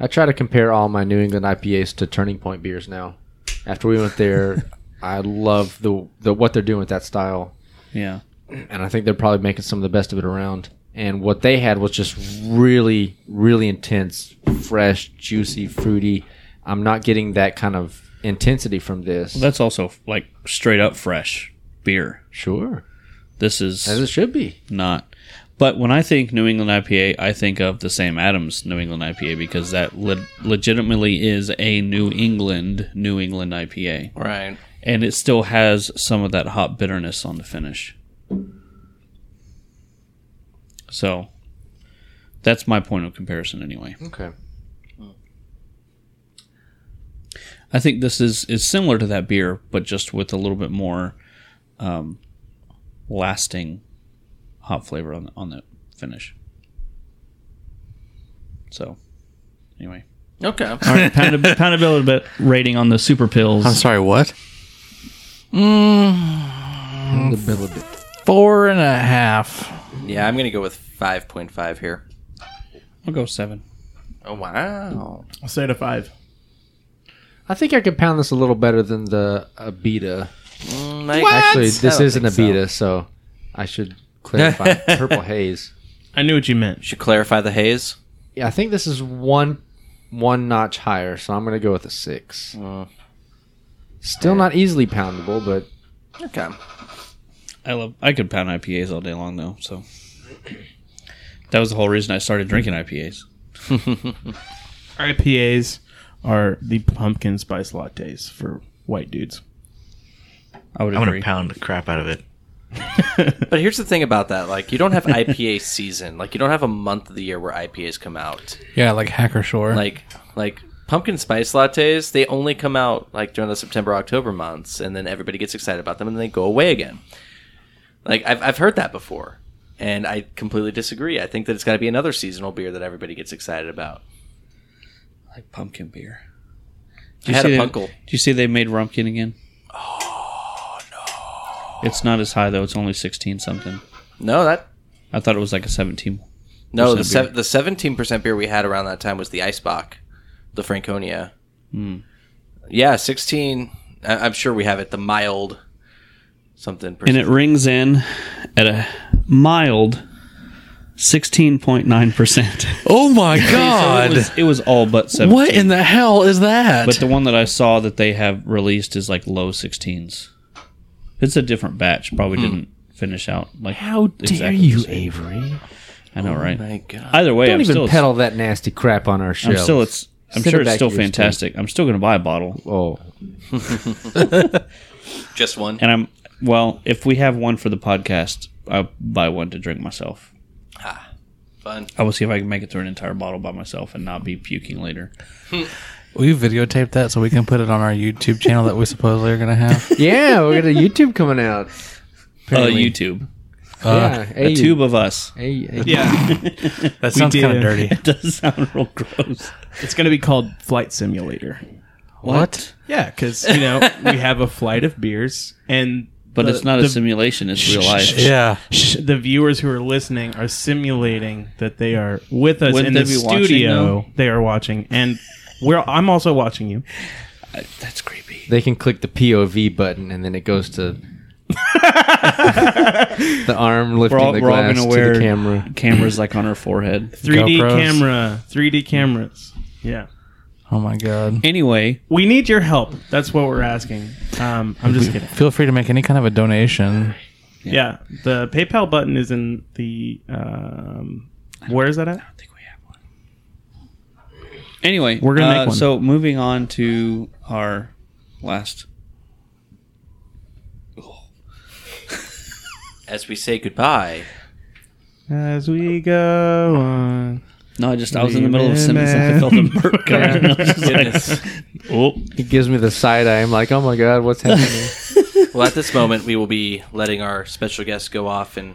[SPEAKER 4] I try to compare all my New England IPAs to Turning Point beers now. After we went
[SPEAKER 6] [LAUGHS]
[SPEAKER 4] there, I love the, the what they're doing with that style.
[SPEAKER 2] Yeah,
[SPEAKER 4] and I think they're probably making some of the best of it around. And what they had was just really, really intense, fresh, juicy, fruity. I'm not getting that kind of intensity from this.
[SPEAKER 2] that's also like straight up fresh beer.
[SPEAKER 4] sure.
[SPEAKER 2] This is
[SPEAKER 4] As it should be.
[SPEAKER 2] not. But when I think New England IPA, I think of the Sam Adams New England IPA because that le- legitimately is a New England New England IPA,
[SPEAKER 1] Right.
[SPEAKER 2] and it still has some of that hop bitterness on the finish. So, that's my point of comparison, anyway.
[SPEAKER 1] Okay.
[SPEAKER 2] I think this is is similar to that beer, but just with a little bit more um, lasting hop flavor on on the finish. So, anyway,
[SPEAKER 1] Okay.
[SPEAKER 2] all right, pound a, pound a bill a bit rating on the super pills.
[SPEAKER 6] I'm sorry, what?
[SPEAKER 4] The middle of it.
[SPEAKER 6] Mm. Four and a half.
[SPEAKER 1] Yeah, I'm gonna go with five point five here.
[SPEAKER 2] I'll go seven.
[SPEAKER 1] Oh wow.
[SPEAKER 3] I'll say to five.
[SPEAKER 4] I think I could pound this a little better than the Abita.
[SPEAKER 1] Mm, I-
[SPEAKER 4] Actually,
[SPEAKER 1] I
[SPEAKER 4] this
[SPEAKER 1] don't
[SPEAKER 4] is an
[SPEAKER 1] think so.
[SPEAKER 4] Abita, so. I should clarify. Purple Haze.
[SPEAKER 3] I knew what you meant.
[SPEAKER 1] Should clarify the haze.
[SPEAKER 4] Yeah, I think this is one one notch higher, so I'm gonna go with a six.
[SPEAKER 1] Mm.
[SPEAKER 4] Still not easily poundable, but
[SPEAKER 1] Okay.
[SPEAKER 2] I love. I could pound IPAs all day long though. So that was the whole reason I started drinking IPAs.
[SPEAKER 3] IPAs are the pumpkin spice lattes for white dudes.
[SPEAKER 2] I would
[SPEAKER 10] I'm
[SPEAKER 2] agree.
[SPEAKER 10] gonna pound the crap out of it.
[SPEAKER 1] But here's the thing about that: like, you don't have IPA [LAUGHS] season. Like, you don't have a month of the year where IPAs come out.
[SPEAKER 6] Yeah, like Hacker Shore.
[SPEAKER 1] Like, like pumpkin spice lattes, they only come out like during the September October months, and then everybody gets excited about them, and then they go away again. Like, I've I've heard that before, and I completely disagree. I think that it's got to be another seasonal beer that everybody gets excited about.
[SPEAKER 2] like pumpkin beer.
[SPEAKER 1] I had
[SPEAKER 2] see
[SPEAKER 1] a
[SPEAKER 2] they-
[SPEAKER 1] punkle.
[SPEAKER 2] Do you see they made Rumpkin again? Oh no! It's not as high though. It's only sixteen something.
[SPEAKER 1] No, that
[SPEAKER 2] I thought it was like a seventeen.
[SPEAKER 1] no the
[SPEAKER 2] Percent
[SPEAKER 1] se- the seventeen percent beer we had around that time was the Icebach, the Franconia.
[SPEAKER 2] Hmm.
[SPEAKER 1] Yeah, sixteen. I- I'm sure we have it. The mild something.
[SPEAKER 2] And
[SPEAKER 1] Percent.
[SPEAKER 2] it rings in at a mild sixteen point nine percent.
[SPEAKER 6] oh my
[SPEAKER 2] It
[SPEAKER 6] god!
[SPEAKER 2] was it was all but seventeen.
[SPEAKER 6] What in the hell is that?
[SPEAKER 2] But the one that I saw that they have released is like low sixteens. It's a different batch. Probably didn't finish out like how dare you, Avery? I know, right?
[SPEAKER 1] my God.
[SPEAKER 2] Either way,
[SPEAKER 4] don't
[SPEAKER 2] I'm
[SPEAKER 4] even
[SPEAKER 2] still
[SPEAKER 4] peddle that nasty crap on our show.
[SPEAKER 2] I'm still it's I'm
[SPEAKER 4] Send
[SPEAKER 2] sure
[SPEAKER 4] it
[SPEAKER 2] it's
[SPEAKER 4] back
[SPEAKER 2] still
[SPEAKER 4] to your state.
[SPEAKER 2] fantastic. I'm still going to buy a bottle.
[SPEAKER 4] oh,
[SPEAKER 1] Just one.
[SPEAKER 2] And I'm well, if we have one for the podcast, I'll buy one to drink myself.
[SPEAKER 1] Fun.
[SPEAKER 2] I will see if I can make it through an entire bottle by myself and not be puking later. Uh,
[SPEAKER 6] we videotaped that so we can put it on our YouTube channel that we supposedly are gonna have.
[SPEAKER 4] yeah, we got a YouTube coming out.
[SPEAKER 2] Uh, YouTube.
[SPEAKER 4] [LAUGHS]
[SPEAKER 6] Uh,
[SPEAKER 4] yeah,
[SPEAKER 2] Uh, A
[SPEAKER 4] hey,
[SPEAKER 2] tube of us. [LAUGHS]
[SPEAKER 4] hey, hey.
[SPEAKER 3] Yeah.
[SPEAKER 6] That sounds kind
[SPEAKER 3] did.
[SPEAKER 6] of dirty.
[SPEAKER 2] It does sound real gross.
[SPEAKER 3] it's going to be called Flight Simulator.
[SPEAKER 2] What?
[SPEAKER 3] Yeah, because, you [LAUGHS] know, we have a flight of beers, and.
[SPEAKER 2] But
[SPEAKER 3] the-
[SPEAKER 2] it's not
[SPEAKER 3] the,
[SPEAKER 2] a simulation, it's real life.
[SPEAKER 6] Yeah,
[SPEAKER 3] sh- the viewers who are listening are simulating that they are with us
[SPEAKER 2] Wouldn't
[SPEAKER 3] in the
[SPEAKER 2] they be watching,
[SPEAKER 3] studio.
[SPEAKER 2] though?
[SPEAKER 3] they are watching, and we're, I'm also watching you.
[SPEAKER 2] That's creepy.
[SPEAKER 4] They can click the POV button, and then it goes to the arm lifting
[SPEAKER 2] We're all,
[SPEAKER 4] the
[SPEAKER 2] we're all
[SPEAKER 4] glass
[SPEAKER 2] going to
[SPEAKER 4] to
[SPEAKER 2] wear
[SPEAKER 4] the camera.
[SPEAKER 2] cameras like on our forehead.
[SPEAKER 3] 3D
[SPEAKER 6] GoPros.
[SPEAKER 3] camera, 3D cameras. Yeah.
[SPEAKER 6] Oh my god.
[SPEAKER 2] Anyway,
[SPEAKER 3] We need your help. That's what we're asking. Um, I'm just kidding.
[SPEAKER 6] Feel free to make any kind of a donation.
[SPEAKER 3] Yeah, the PayPal button is in the. Um, where is that at?
[SPEAKER 2] I think we have one. Anyway,
[SPEAKER 3] We're gonna make
[SPEAKER 2] uh,
[SPEAKER 3] one.
[SPEAKER 2] So moving on to our last.
[SPEAKER 1] As we say goodbye.
[SPEAKER 3] As we go on.
[SPEAKER 2] No, I just I was in the middle of a sentence and I felt a burp coming. and I was just like, oh,
[SPEAKER 4] He gives me the side eye. I'm like, oh my god, what's happening?
[SPEAKER 1] Well, at this moment, we will be letting our special guest go off
[SPEAKER 2] [CLEARS THROAT]
[SPEAKER 1] and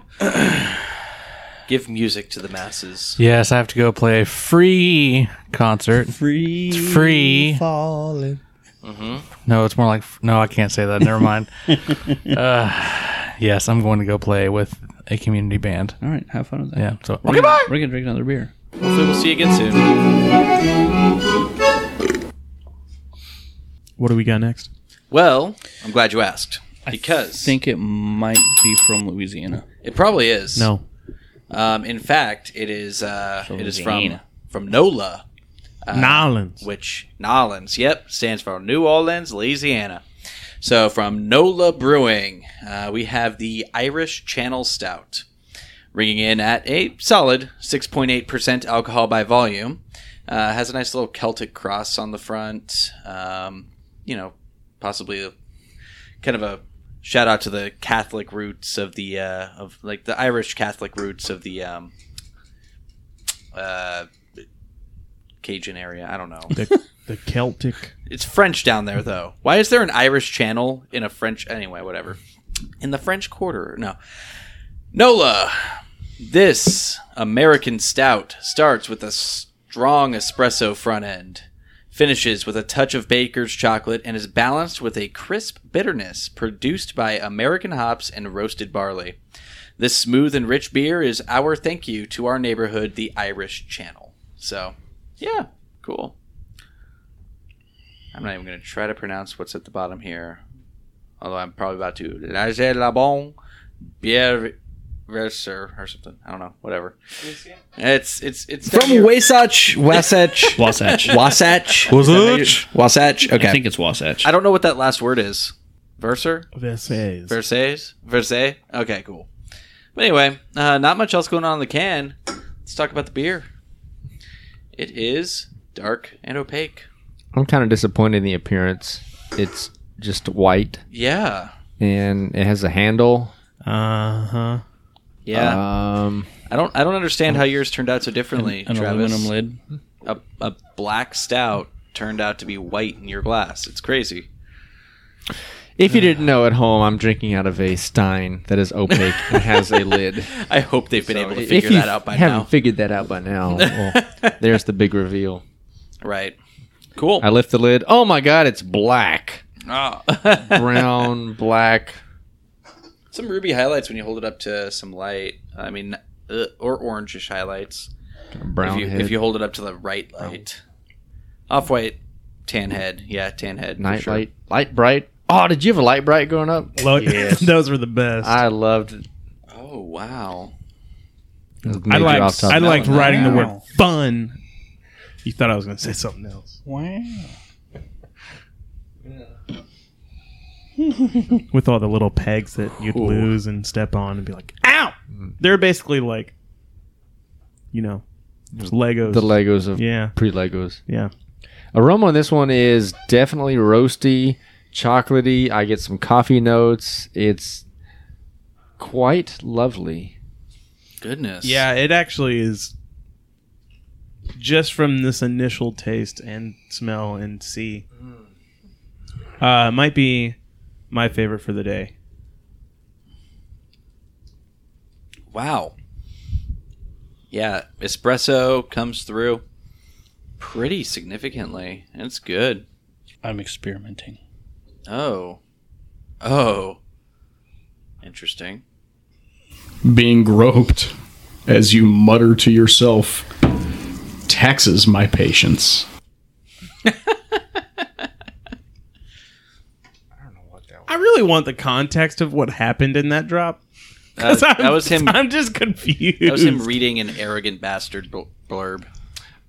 [SPEAKER 1] give music to the masses.
[SPEAKER 6] Yes, I have to go play a free concert.
[SPEAKER 2] free.
[SPEAKER 6] It's free. Falling. Mm-hmm. No, it's more like no. I can't say that. Never [LAUGHS] mind. uh, yes, I'm going to go play with a community band.
[SPEAKER 2] All right, have fun with that.
[SPEAKER 6] Yeah. So
[SPEAKER 2] We're gonna, we're gonna drink another beer.
[SPEAKER 1] Hopefully, we'll see you again soon.
[SPEAKER 3] What do we got next?
[SPEAKER 1] Well, I'm glad you asked because
[SPEAKER 2] I think it might be from Louisiana.
[SPEAKER 1] it probably is.
[SPEAKER 3] No.
[SPEAKER 1] Um, in fact, it is. Uh, it is from
[SPEAKER 2] Louisiana.
[SPEAKER 1] from NOLA,
[SPEAKER 2] Uh,
[SPEAKER 3] Nolans.
[SPEAKER 1] which Nolans. Yep, stands for New Orleans, Louisiana. So from Nola Brewing, uh, we have the Irish Channel Stout, ringing in at a solid 6.8% alcohol by volume. Uh, has a nice little Celtic cross on the front. Um, you know, possibly a, kind of a shout out to the Catholic roots of the uh, of like the Irish Catholic roots of the um, uh, Cajun area. I don't know.
[SPEAKER 3] The, the Celtic.
[SPEAKER 1] It's French down there, though. Why is there an Irish channel in a French? Anyway, whatever. In the French Quarter, no. Nola, this American stout starts with a strong espresso front end, finishes with a touch of baker's chocolate, and is balanced with a crisp bitterness produced by American hops and roasted barley. This smooth and rich beer is our thank you to our neighborhood, the Irish Channel. So, yeah, cool. I'm not even going to try to pronounce what's at the bottom here, although I'm probably about to. Lager la bon bière verser or something. I don't know. Whatever. It's it's it's down
[SPEAKER 7] From
[SPEAKER 1] here.
[SPEAKER 7] Wasatch, Wasatch,
[SPEAKER 1] [LAUGHS]
[SPEAKER 2] Wasatch.
[SPEAKER 7] Wasatch,
[SPEAKER 5] Wasatch.
[SPEAKER 7] Wasatch.
[SPEAKER 2] I
[SPEAKER 7] Okay,
[SPEAKER 2] think it's Wasatch.
[SPEAKER 1] I don't know what that last word is. Verser.
[SPEAKER 3] Versailles.
[SPEAKER 1] Versailles? Versailles? Okay, cool. But anyway, uh, not much else going on in the can. Let's talk about the beer. It is dark and opaque.
[SPEAKER 4] I'm kind of disappointed in the appearance. It's just white
[SPEAKER 1] Yeah.
[SPEAKER 4] and it has a handle.
[SPEAKER 3] Uh huh.
[SPEAKER 1] Yeah.
[SPEAKER 4] Um,
[SPEAKER 1] I don't I don't understand how yours turned out so differently,
[SPEAKER 2] An
[SPEAKER 1] Travis.
[SPEAKER 2] aluminum lid.
[SPEAKER 1] A, a black stout turned out to be white in your glass. It's crazy.
[SPEAKER 4] if you didn't know at home, I'm drinking out of a stein that is opaque and has a lid.
[SPEAKER 1] I hope they've been able to
[SPEAKER 4] if
[SPEAKER 1] figure
[SPEAKER 4] you
[SPEAKER 1] that out by
[SPEAKER 4] haven't
[SPEAKER 1] now.
[SPEAKER 4] figured that out by now,
[SPEAKER 1] [LAUGHS]
[SPEAKER 4] well, there's the big reveal.
[SPEAKER 1] right. Cool.
[SPEAKER 4] I lift the lid. Oh my god, it's black,
[SPEAKER 1] [LAUGHS] Ah.
[SPEAKER 4] brown, black.
[SPEAKER 1] some ruby highlights when you hold it up to some light. I mean, uh, or orangish highlights.
[SPEAKER 4] brown
[SPEAKER 1] if you,
[SPEAKER 4] head.
[SPEAKER 1] if you hold it up to the right light. Off white, tan head. Yeah, tan head. for
[SPEAKER 4] night
[SPEAKER 1] sure.
[SPEAKER 4] light, light bright. Oh, did you have a light bright growing
[SPEAKER 3] [LAUGHS]
[SPEAKER 4] up?
[SPEAKER 3] Those were the best. I,
[SPEAKER 4] I loved.
[SPEAKER 1] Oh, wow.
[SPEAKER 4] I
[SPEAKER 3] liked. I liked
[SPEAKER 1] Wow.
[SPEAKER 3] writing the word fun. You thought I was going to say something else.
[SPEAKER 2] Wow.
[SPEAKER 3] with all the little pegs that you'd lose and step on and be like, ow!
[SPEAKER 4] Mm-hmm.
[SPEAKER 3] They're basically like, you know, just Legos.
[SPEAKER 4] the Legos of
[SPEAKER 3] yeah,
[SPEAKER 4] pre Legos.
[SPEAKER 3] yeah.
[SPEAKER 4] Aroma on this one is definitely roasty, chocolatey. I get some coffee notes. It's quite lovely.
[SPEAKER 1] Goodness.
[SPEAKER 3] Yeah, it actually is just from this initial taste and smell and see.
[SPEAKER 4] Mm.
[SPEAKER 3] Uh, might be my favorite for the day.
[SPEAKER 1] Wow. Yeah, espresso comes through pretty significantly. It's good.
[SPEAKER 2] I'm experimenting.
[SPEAKER 1] Oh. Oh.
[SPEAKER 2] [LAUGHS]
[SPEAKER 1] Interesting.
[SPEAKER 10] being groped as you mutter to yourself, taxes my patience.
[SPEAKER 3] I really want the context of what happened in that drop. [LAUGHS]
[SPEAKER 1] That,
[SPEAKER 3] 'Cause I'm-
[SPEAKER 1] that was him. That
[SPEAKER 3] I'm just confused.
[SPEAKER 1] was him reading an arrogant bastard bl- blurb.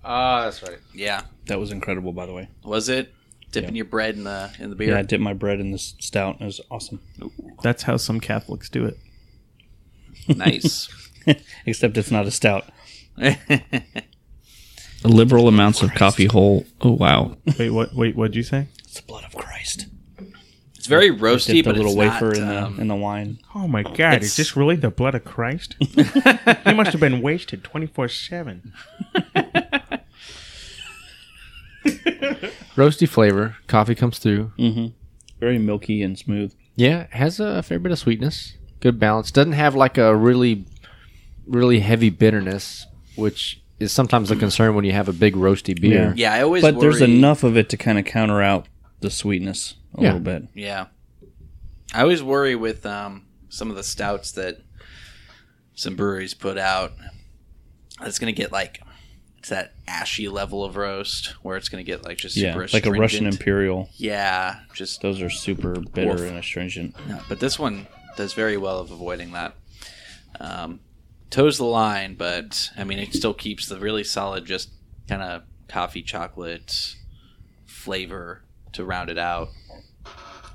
[SPEAKER 4] Ah, that's right.
[SPEAKER 1] Yeah.
[SPEAKER 2] That was incredible, by the way.
[SPEAKER 1] Was it dipping your bread in the in the beer?
[SPEAKER 2] Yeah, I dipped my bread in this stout. and It was awesome.
[SPEAKER 3] That's how some Catholics do it.
[SPEAKER 2] [LAUGHS]
[SPEAKER 1] Nice.
[SPEAKER 2] Except it's not a stout. Liberal amounts of coffee whole. Oh wow,
[SPEAKER 3] Wait, what? Wait, what'd you say?
[SPEAKER 2] it's the blood of Christ.
[SPEAKER 1] it's very roasty,
[SPEAKER 2] Dipped a
[SPEAKER 1] but
[SPEAKER 2] little
[SPEAKER 1] it's
[SPEAKER 2] wafer
[SPEAKER 1] not,
[SPEAKER 2] in the
[SPEAKER 1] um,
[SPEAKER 2] in the wine.
[SPEAKER 3] Oh my God! Is this really the blood
[SPEAKER 1] [LAUGHS]
[SPEAKER 3] of Christ? he must have been wasted twenty four seven.
[SPEAKER 4] Roasty flavor. Coffee comes through.
[SPEAKER 2] Very milky and smooth.
[SPEAKER 4] Yeah, it has a fair bit of sweetness. Good balance. Doesn't have like a really, really heavy bitterness, which is sometimes a concern when you have a big roasty beer.
[SPEAKER 1] Yeah, I always.
[SPEAKER 2] But there's
[SPEAKER 1] worry-
[SPEAKER 2] enough of it to kind of counter out the sweetness a
[SPEAKER 4] Yeah.
[SPEAKER 2] little bit.
[SPEAKER 1] Yeah, I always worry with um, some of the stouts that some breweries put out. It's gonna get like it's that ashy level of roast where it's gonna get like just
[SPEAKER 2] Yeah,
[SPEAKER 1] super
[SPEAKER 2] like a Russian
[SPEAKER 1] astringent.
[SPEAKER 2] imperial.
[SPEAKER 1] Yeah, just
[SPEAKER 2] Those are super bitter and astringent.
[SPEAKER 1] but this one does very well of avoiding that. Um, toes the line, but I mean it still keeps the really solid, just kind of coffee chocolate flavor to round it out.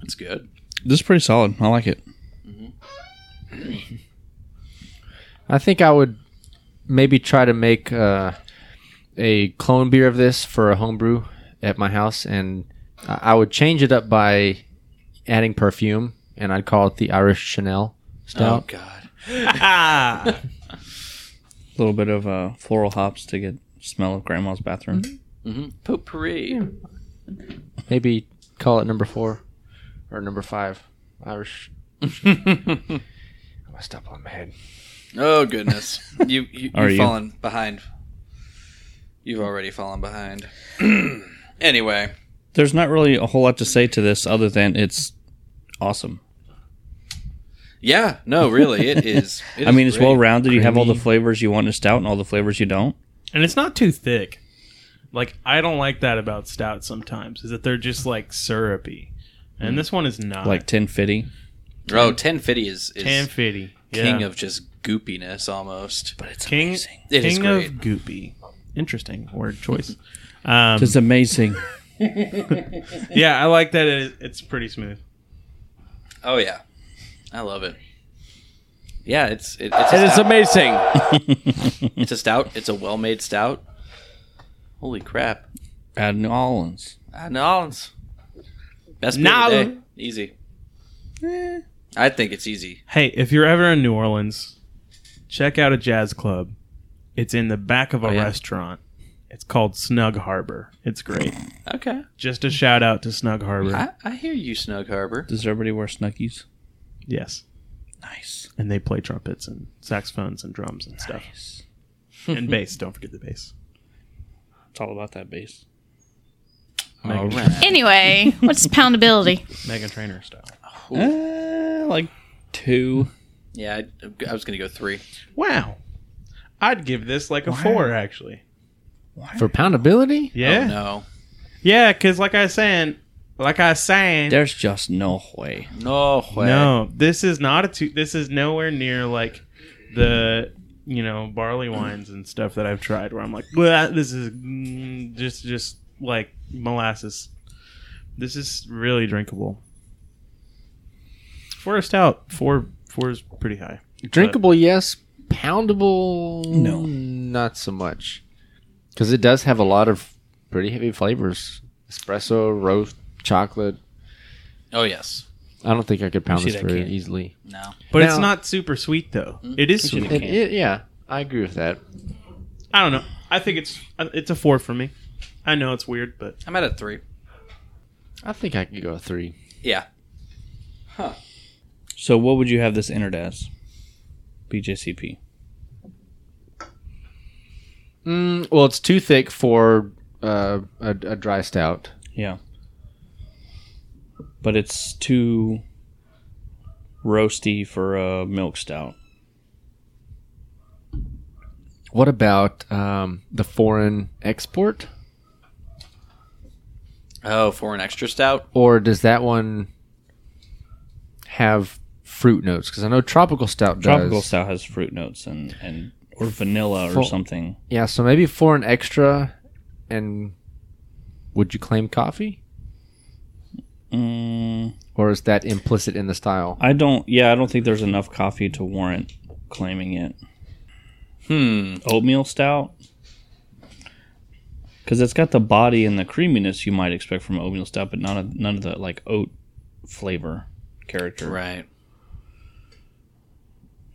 [SPEAKER 1] It's good.
[SPEAKER 2] This is pretty solid. I like it.
[SPEAKER 4] I think I would maybe try to make uh, a clone beer of this for a homebrew at my house, and I I would change it up by adding perfume, and I'd call it the Irish Chanel
[SPEAKER 1] Oh
[SPEAKER 4] stout.
[SPEAKER 1] God.
[SPEAKER 2] A little bit of uh, floral hops to get smell of grandma's bathroom.
[SPEAKER 1] hmm Potpourri.
[SPEAKER 4] Maybe call it number four or number five Irish. I stop on my head.
[SPEAKER 1] Oh goodness. You, you
[SPEAKER 2] Are
[SPEAKER 1] you've
[SPEAKER 2] you?
[SPEAKER 1] fallen behind. You've already fallen behind. [CLEARS THROAT] anyway,
[SPEAKER 2] There's not really a whole lot to say to this other than it's awesome.
[SPEAKER 1] yeah, no, really, it is. it
[SPEAKER 2] I
[SPEAKER 1] is
[SPEAKER 2] mean, it's
[SPEAKER 1] great.
[SPEAKER 2] well rounded. You have all the flavors you want in a stout and all the flavors you don't.
[SPEAKER 3] and it's not too thick. Like I don't like that about stouts sometimes is that they're just like syrupy, and
[SPEAKER 1] Hmm.
[SPEAKER 3] this one is not
[SPEAKER 2] Like tin fitty,
[SPEAKER 1] Oh, 1050 is, is
[SPEAKER 3] tanfitty.
[SPEAKER 1] king of just goopiness almost. But it's
[SPEAKER 3] king,
[SPEAKER 1] It is
[SPEAKER 3] king of
[SPEAKER 1] great.
[SPEAKER 3] goopy. Interesting word choice. Um,
[SPEAKER 2] it's
[SPEAKER 1] [LAUGHS]
[SPEAKER 2] amazing.
[SPEAKER 3] yeah, I like that. It, it's pretty smooth.
[SPEAKER 1] Oh yeah, I love it. Yeah, it's it, it's a
[SPEAKER 7] It is
[SPEAKER 1] stout.
[SPEAKER 7] amazing.
[SPEAKER 1] it's a stout. It's a well made stout. Holy crap!
[SPEAKER 2] Out of New Orleans,
[SPEAKER 1] Ah, New Orleans. Best beer
[SPEAKER 3] New
[SPEAKER 1] today.
[SPEAKER 3] Orleans.
[SPEAKER 1] Easy. I think it's easy.
[SPEAKER 3] Hey, if you're ever in New Orleans, check out a jazz club. It's in the back of a restaurant. It's called Snug Harbor. It's great.
[SPEAKER 1] Okay.
[SPEAKER 3] Just a shout out to Snug Harbor.
[SPEAKER 1] I, I hear you, Snug Harbor.
[SPEAKER 2] does everybody wear snuggies?
[SPEAKER 3] Yes.
[SPEAKER 2] Nice.
[SPEAKER 3] And they play trumpets and saxophones and drums and stuff. and bass. Don't forget the bass.
[SPEAKER 2] It's all about that base.
[SPEAKER 3] Megan,
[SPEAKER 8] Anyway, what's poundability?
[SPEAKER 3] Megan Trainor style.
[SPEAKER 2] Uh, like two.
[SPEAKER 1] Yeah, I, I was gonna go three.
[SPEAKER 3] Wow. I'd give this like a four, actually.
[SPEAKER 4] For poundability?
[SPEAKER 3] Yeah.
[SPEAKER 1] Oh, no.
[SPEAKER 3] Yeah, because like I was saying, like I was saying,
[SPEAKER 2] There's just no way.
[SPEAKER 1] No way.
[SPEAKER 3] no, this is not a two. This is nowhere near like the you know barley wines and stuff that I've tried, where I'm like, well, this is mm, just just like molasses. This is really drinkable. For a stout, four four is pretty high.
[SPEAKER 4] Drinkable, yes. Poundable,
[SPEAKER 2] No.
[SPEAKER 4] Not so much. Because it does have a lot of pretty heavy flavors espresso, roast, chocolate.
[SPEAKER 1] Oh yes.
[SPEAKER 4] I don't think I could pound
[SPEAKER 2] see
[SPEAKER 4] this
[SPEAKER 2] that
[SPEAKER 4] very
[SPEAKER 2] can.
[SPEAKER 4] easily.
[SPEAKER 1] No.
[SPEAKER 3] But it's
[SPEAKER 4] Now-
[SPEAKER 3] not super sweet though. It is sweet.
[SPEAKER 4] It- it- yeah, I agree with that.
[SPEAKER 3] I don't know. I think it's uh, it's a four for me. I know it's weird, but
[SPEAKER 1] I'm at a three.
[SPEAKER 4] I think I could go a three.
[SPEAKER 1] Yeah.
[SPEAKER 2] So, what would you have this entered as? BJCP.
[SPEAKER 4] Mm, well, it's too thick for uh, a, a dry stout.
[SPEAKER 2] Yeah. But it's too roasty for a milk stout.
[SPEAKER 4] What about um, the foreign export?
[SPEAKER 1] Oh, for an extra stout.
[SPEAKER 4] Or does that one have fruit notes? Because I know tropical stout does.
[SPEAKER 2] Tropical stout has fruit notes and, and or vanilla or
[SPEAKER 4] Full-
[SPEAKER 2] something.
[SPEAKER 4] Yeah, so maybe for an extra, and would you claim coffee,
[SPEAKER 2] Mm,
[SPEAKER 4] or is that implicit in the style?
[SPEAKER 2] I don't. Yeah, I don't think there's enough coffee to warrant claiming it.
[SPEAKER 1] Hmm.
[SPEAKER 2] Oatmeal stout. Because it's got the body and the creaminess you might expect from oatmeal stout, but none of none of the like oat flavor character.
[SPEAKER 1] Right.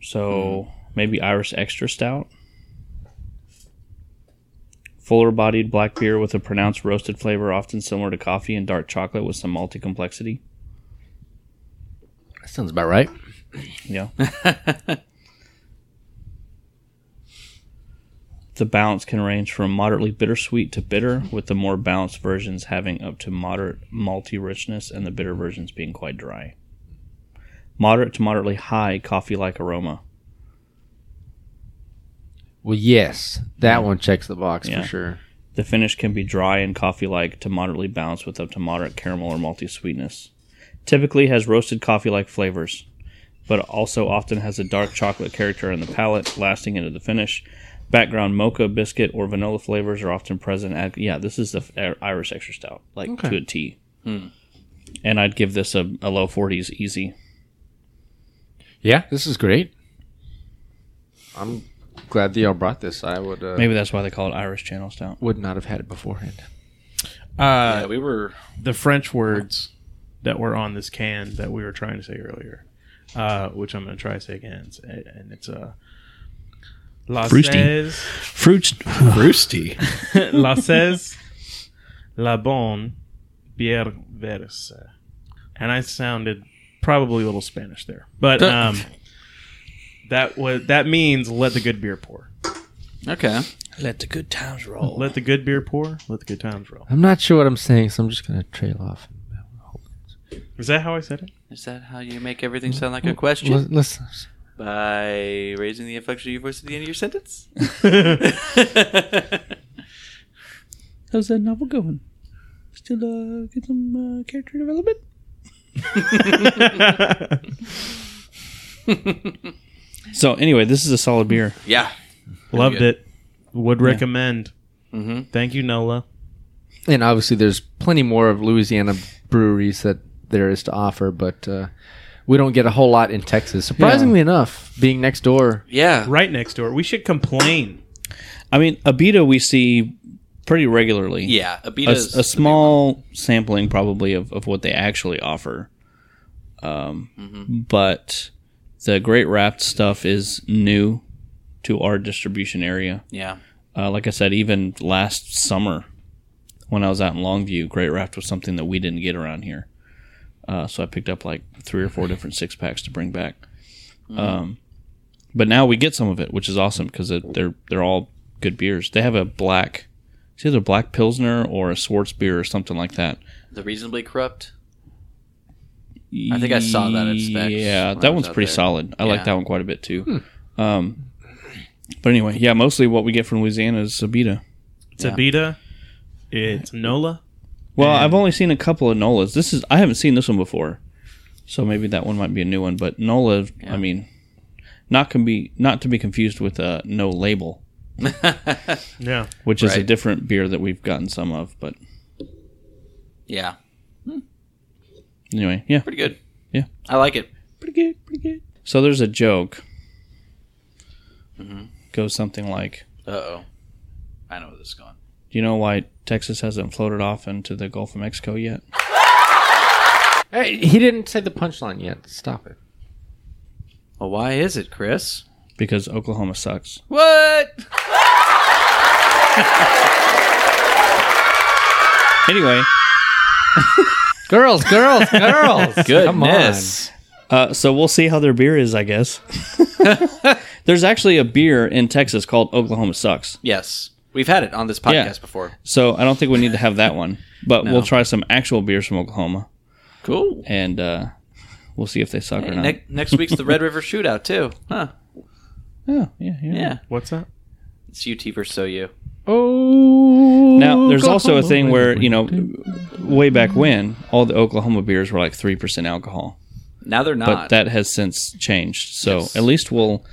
[SPEAKER 2] So
[SPEAKER 1] Hmm.
[SPEAKER 2] maybe Irish Extra Stout. Fuller bodied black beer with a pronounced roasted flavor, often similar to coffee and dark chocolate with some malty complexity.
[SPEAKER 4] That sounds about right.
[SPEAKER 2] Yeah. [LAUGHS] the balance can range from moderately bittersweet to bitter, with the more balanced versions having up to moderate malty richness and the bitter versions being quite dry. Moderate to moderately high coffee like aroma.
[SPEAKER 4] Well, yes, that one checks the box
[SPEAKER 2] Yeah.
[SPEAKER 4] for sure.
[SPEAKER 2] The finish can be dry and coffee like to moderately balanced with up to moderate caramel or malty sweetness. Typically has roasted coffee like flavors, but also often has a dark chocolate character in the palate, lasting into the finish. Background mocha, biscuit, or vanilla er, flavors are often present. At, yeah, this is the f- Irish extra stout, like to a T. and I'd give this a, a low 40s easy.
[SPEAKER 4] Yeah, this is great. I'm glad that y'all brought this. I would uh,
[SPEAKER 2] Maybe that's why they call it Irish Channel Stout.
[SPEAKER 4] would not have had it beforehand.
[SPEAKER 3] Uh,
[SPEAKER 1] yeah, we were
[SPEAKER 3] the French words that were on this can that we were trying to say earlier, uh, which I'm going to try to say again, It's- and it's uh, La
[SPEAKER 5] Frosty.
[SPEAKER 3] Saise,
[SPEAKER 2] Fruits.
[SPEAKER 3] [LAUGHS]
[SPEAKER 10] Roosty.
[SPEAKER 3] La Saise, La Bonne Bière Verse, and I sounded probably a little Spanish there, but um, that was that means let the good beer pour.
[SPEAKER 1] okay.
[SPEAKER 2] Let the good times roll.
[SPEAKER 3] Let the good beer pour. Let the good times roll.
[SPEAKER 4] I'm not sure what I'm saying, so I'm just gonna trail off.
[SPEAKER 3] Is that how I said it?
[SPEAKER 1] Is that how you make everything sound like a question?
[SPEAKER 4] L- listen,
[SPEAKER 1] By raising the inflection of your voice at the end of your sentence?
[SPEAKER 2] How's that novel going? Still uh, get some uh, character development. So anyway, this is a solid beer.
[SPEAKER 1] yeah.
[SPEAKER 3] Loved
[SPEAKER 1] good.
[SPEAKER 3] it. Would recommend.
[SPEAKER 1] Mhm.
[SPEAKER 3] Thank you, Nola.
[SPEAKER 4] and obviously there's plenty more of Louisiana breweries that there is to offer, but uh, we don't get a whole lot in Texas. Surprisingly enough, being next door,
[SPEAKER 1] Yeah.
[SPEAKER 3] Right next door. We should complain.
[SPEAKER 2] I mean, Abita we see pretty regularly.
[SPEAKER 1] Yeah.
[SPEAKER 2] a, a
[SPEAKER 1] Abita's
[SPEAKER 2] small sampling probably of, of what they actually offer. Um, But the Great Raft stuff is new to our distribution area.
[SPEAKER 1] Yeah.
[SPEAKER 2] Uh, like I said, even last summer when I was out in Longview, Great Raft was something that we didn't get around here. Uh, so I picked up like three or four different six packs to bring back.
[SPEAKER 1] Mm-hmm.
[SPEAKER 2] Um, but now we get some of it, which is awesome because they're they're all good beers. They have a black, it's either black pilsner or a Swartz beer or something like that.
[SPEAKER 1] The reasonably corrupt. I think I saw that at Specs
[SPEAKER 2] Yeah,
[SPEAKER 1] when I
[SPEAKER 2] that
[SPEAKER 1] was
[SPEAKER 2] one's
[SPEAKER 1] out
[SPEAKER 2] pretty
[SPEAKER 1] there.
[SPEAKER 2] solid. I
[SPEAKER 1] Yeah. Hmm.
[SPEAKER 2] like that one quite a bit too. Um, but anyway, yeah, mostly what we get from Louisiana is Sabita.
[SPEAKER 3] It's Abita. It's Nola.
[SPEAKER 2] Well, I've only seen a couple of Nolas. This is I haven't seen this one before, so maybe that one might be a new one. But Nola, I mean, not can be not to be confused with uh, no label,
[SPEAKER 3] Yeah.
[SPEAKER 2] which is a
[SPEAKER 1] Right.
[SPEAKER 2] different beer that we've gotten some of. But
[SPEAKER 1] Yeah.
[SPEAKER 2] anyway, yeah,
[SPEAKER 1] Pretty good.
[SPEAKER 2] Yeah.
[SPEAKER 1] I like it.
[SPEAKER 2] pretty good, pretty good. So there's a joke. Mm-hmm. Goes something like,
[SPEAKER 1] Uh oh. I know where this is going.
[SPEAKER 2] "Do you know why Texas hasn't floated off into the Gulf of Mexico yet?"
[SPEAKER 4] hey, he didn't say the punchline yet. Stop it.
[SPEAKER 1] Well, why is it, Chris?
[SPEAKER 2] Because Oklahoma sucks.
[SPEAKER 1] What?
[SPEAKER 2] Anyway,
[SPEAKER 4] Girls, [LAUGHS] girls, girls. Come on.
[SPEAKER 1] Goodness.
[SPEAKER 2] Uh, so we'll see how their beer is, I guess.
[SPEAKER 1] [LAUGHS]
[SPEAKER 2] There's actually a beer in Texas called Oklahoma Sucks.
[SPEAKER 1] Yes. We've had it on this podcast
[SPEAKER 2] Yeah.
[SPEAKER 1] before.
[SPEAKER 2] So I don't think we need to have that one, but we'll try some actual beers from Oklahoma
[SPEAKER 1] Cool.
[SPEAKER 2] and uh, we'll see if they suck or
[SPEAKER 1] Hey,
[SPEAKER 2] not.
[SPEAKER 1] ne- next week's the Red
[SPEAKER 2] [LAUGHS]
[SPEAKER 1] River Shootout too, huh?
[SPEAKER 2] oh, yeah, yeah.
[SPEAKER 1] Yeah,
[SPEAKER 3] What's that?
[SPEAKER 1] it's UT versus OU.
[SPEAKER 4] Oh.
[SPEAKER 2] Now, there's also a thing where, you know, way back when, all the Oklahoma beers were like 3% alcohol,
[SPEAKER 1] Now they're
[SPEAKER 2] but
[SPEAKER 1] not.
[SPEAKER 2] that has since changed. So at least we'll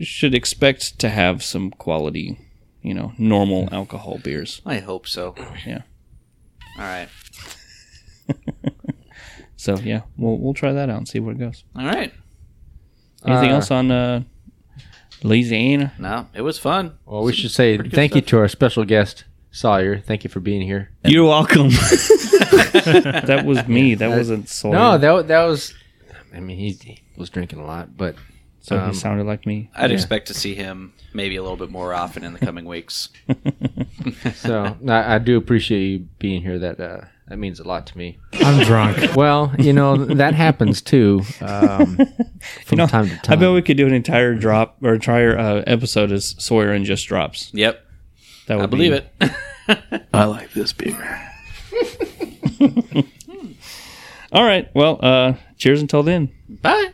[SPEAKER 2] should expect to have some quality, you know, normal alcohol beers.
[SPEAKER 1] I hope so.
[SPEAKER 2] Yeah.
[SPEAKER 1] All right.
[SPEAKER 2] So yeah, we'll we'll try that out and see where it goes.
[SPEAKER 1] All right.
[SPEAKER 2] Anything
[SPEAKER 4] Uh,
[SPEAKER 2] else on uh, Louisiana?
[SPEAKER 1] No, it was fun.
[SPEAKER 4] Well, we should say thank you to our special guest Sawyer. Thank you for being here.
[SPEAKER 2] You're welcome. [LAUGHS] that was me. That wasn't Sawyer.
[SPEAKER 4] No, that wa- that was. I mean, he, he was drinking a lot, but
[SPEAKER 2] so
[SPEAKER 4] um,
[SPEAKER 2] he sounded like me.
[SPEAKER 1] I'd expect to see him maybe a little bit more often in the coming weeks.
[SPEAKER 4] so no, I, I do appreciate you being here. That uh, that means a lot to me.
[SPEAKER 5] I'm drunk.
[SPEAKER 4] Well, you know that happens too um, from
[SPEAKER 2] know,
[SPEAKER 4] time to
[SPEAKER 2] I
[SPEAKER 4] time.
[SPEAKER 2] bet we could do an entire drop or entire uh, episode as Sawyer and just drops.
[SPEAKER 1] Yep,
[SPEAKER 2] That would
[SPEAKER 1] I believe
[SPEAKER 2] be-
[SPEAKER 1] it. [LAUGHS]
[SPEAKER 2] All right. Well, uh, cheers until then.
[SPEAKER 1] Bye.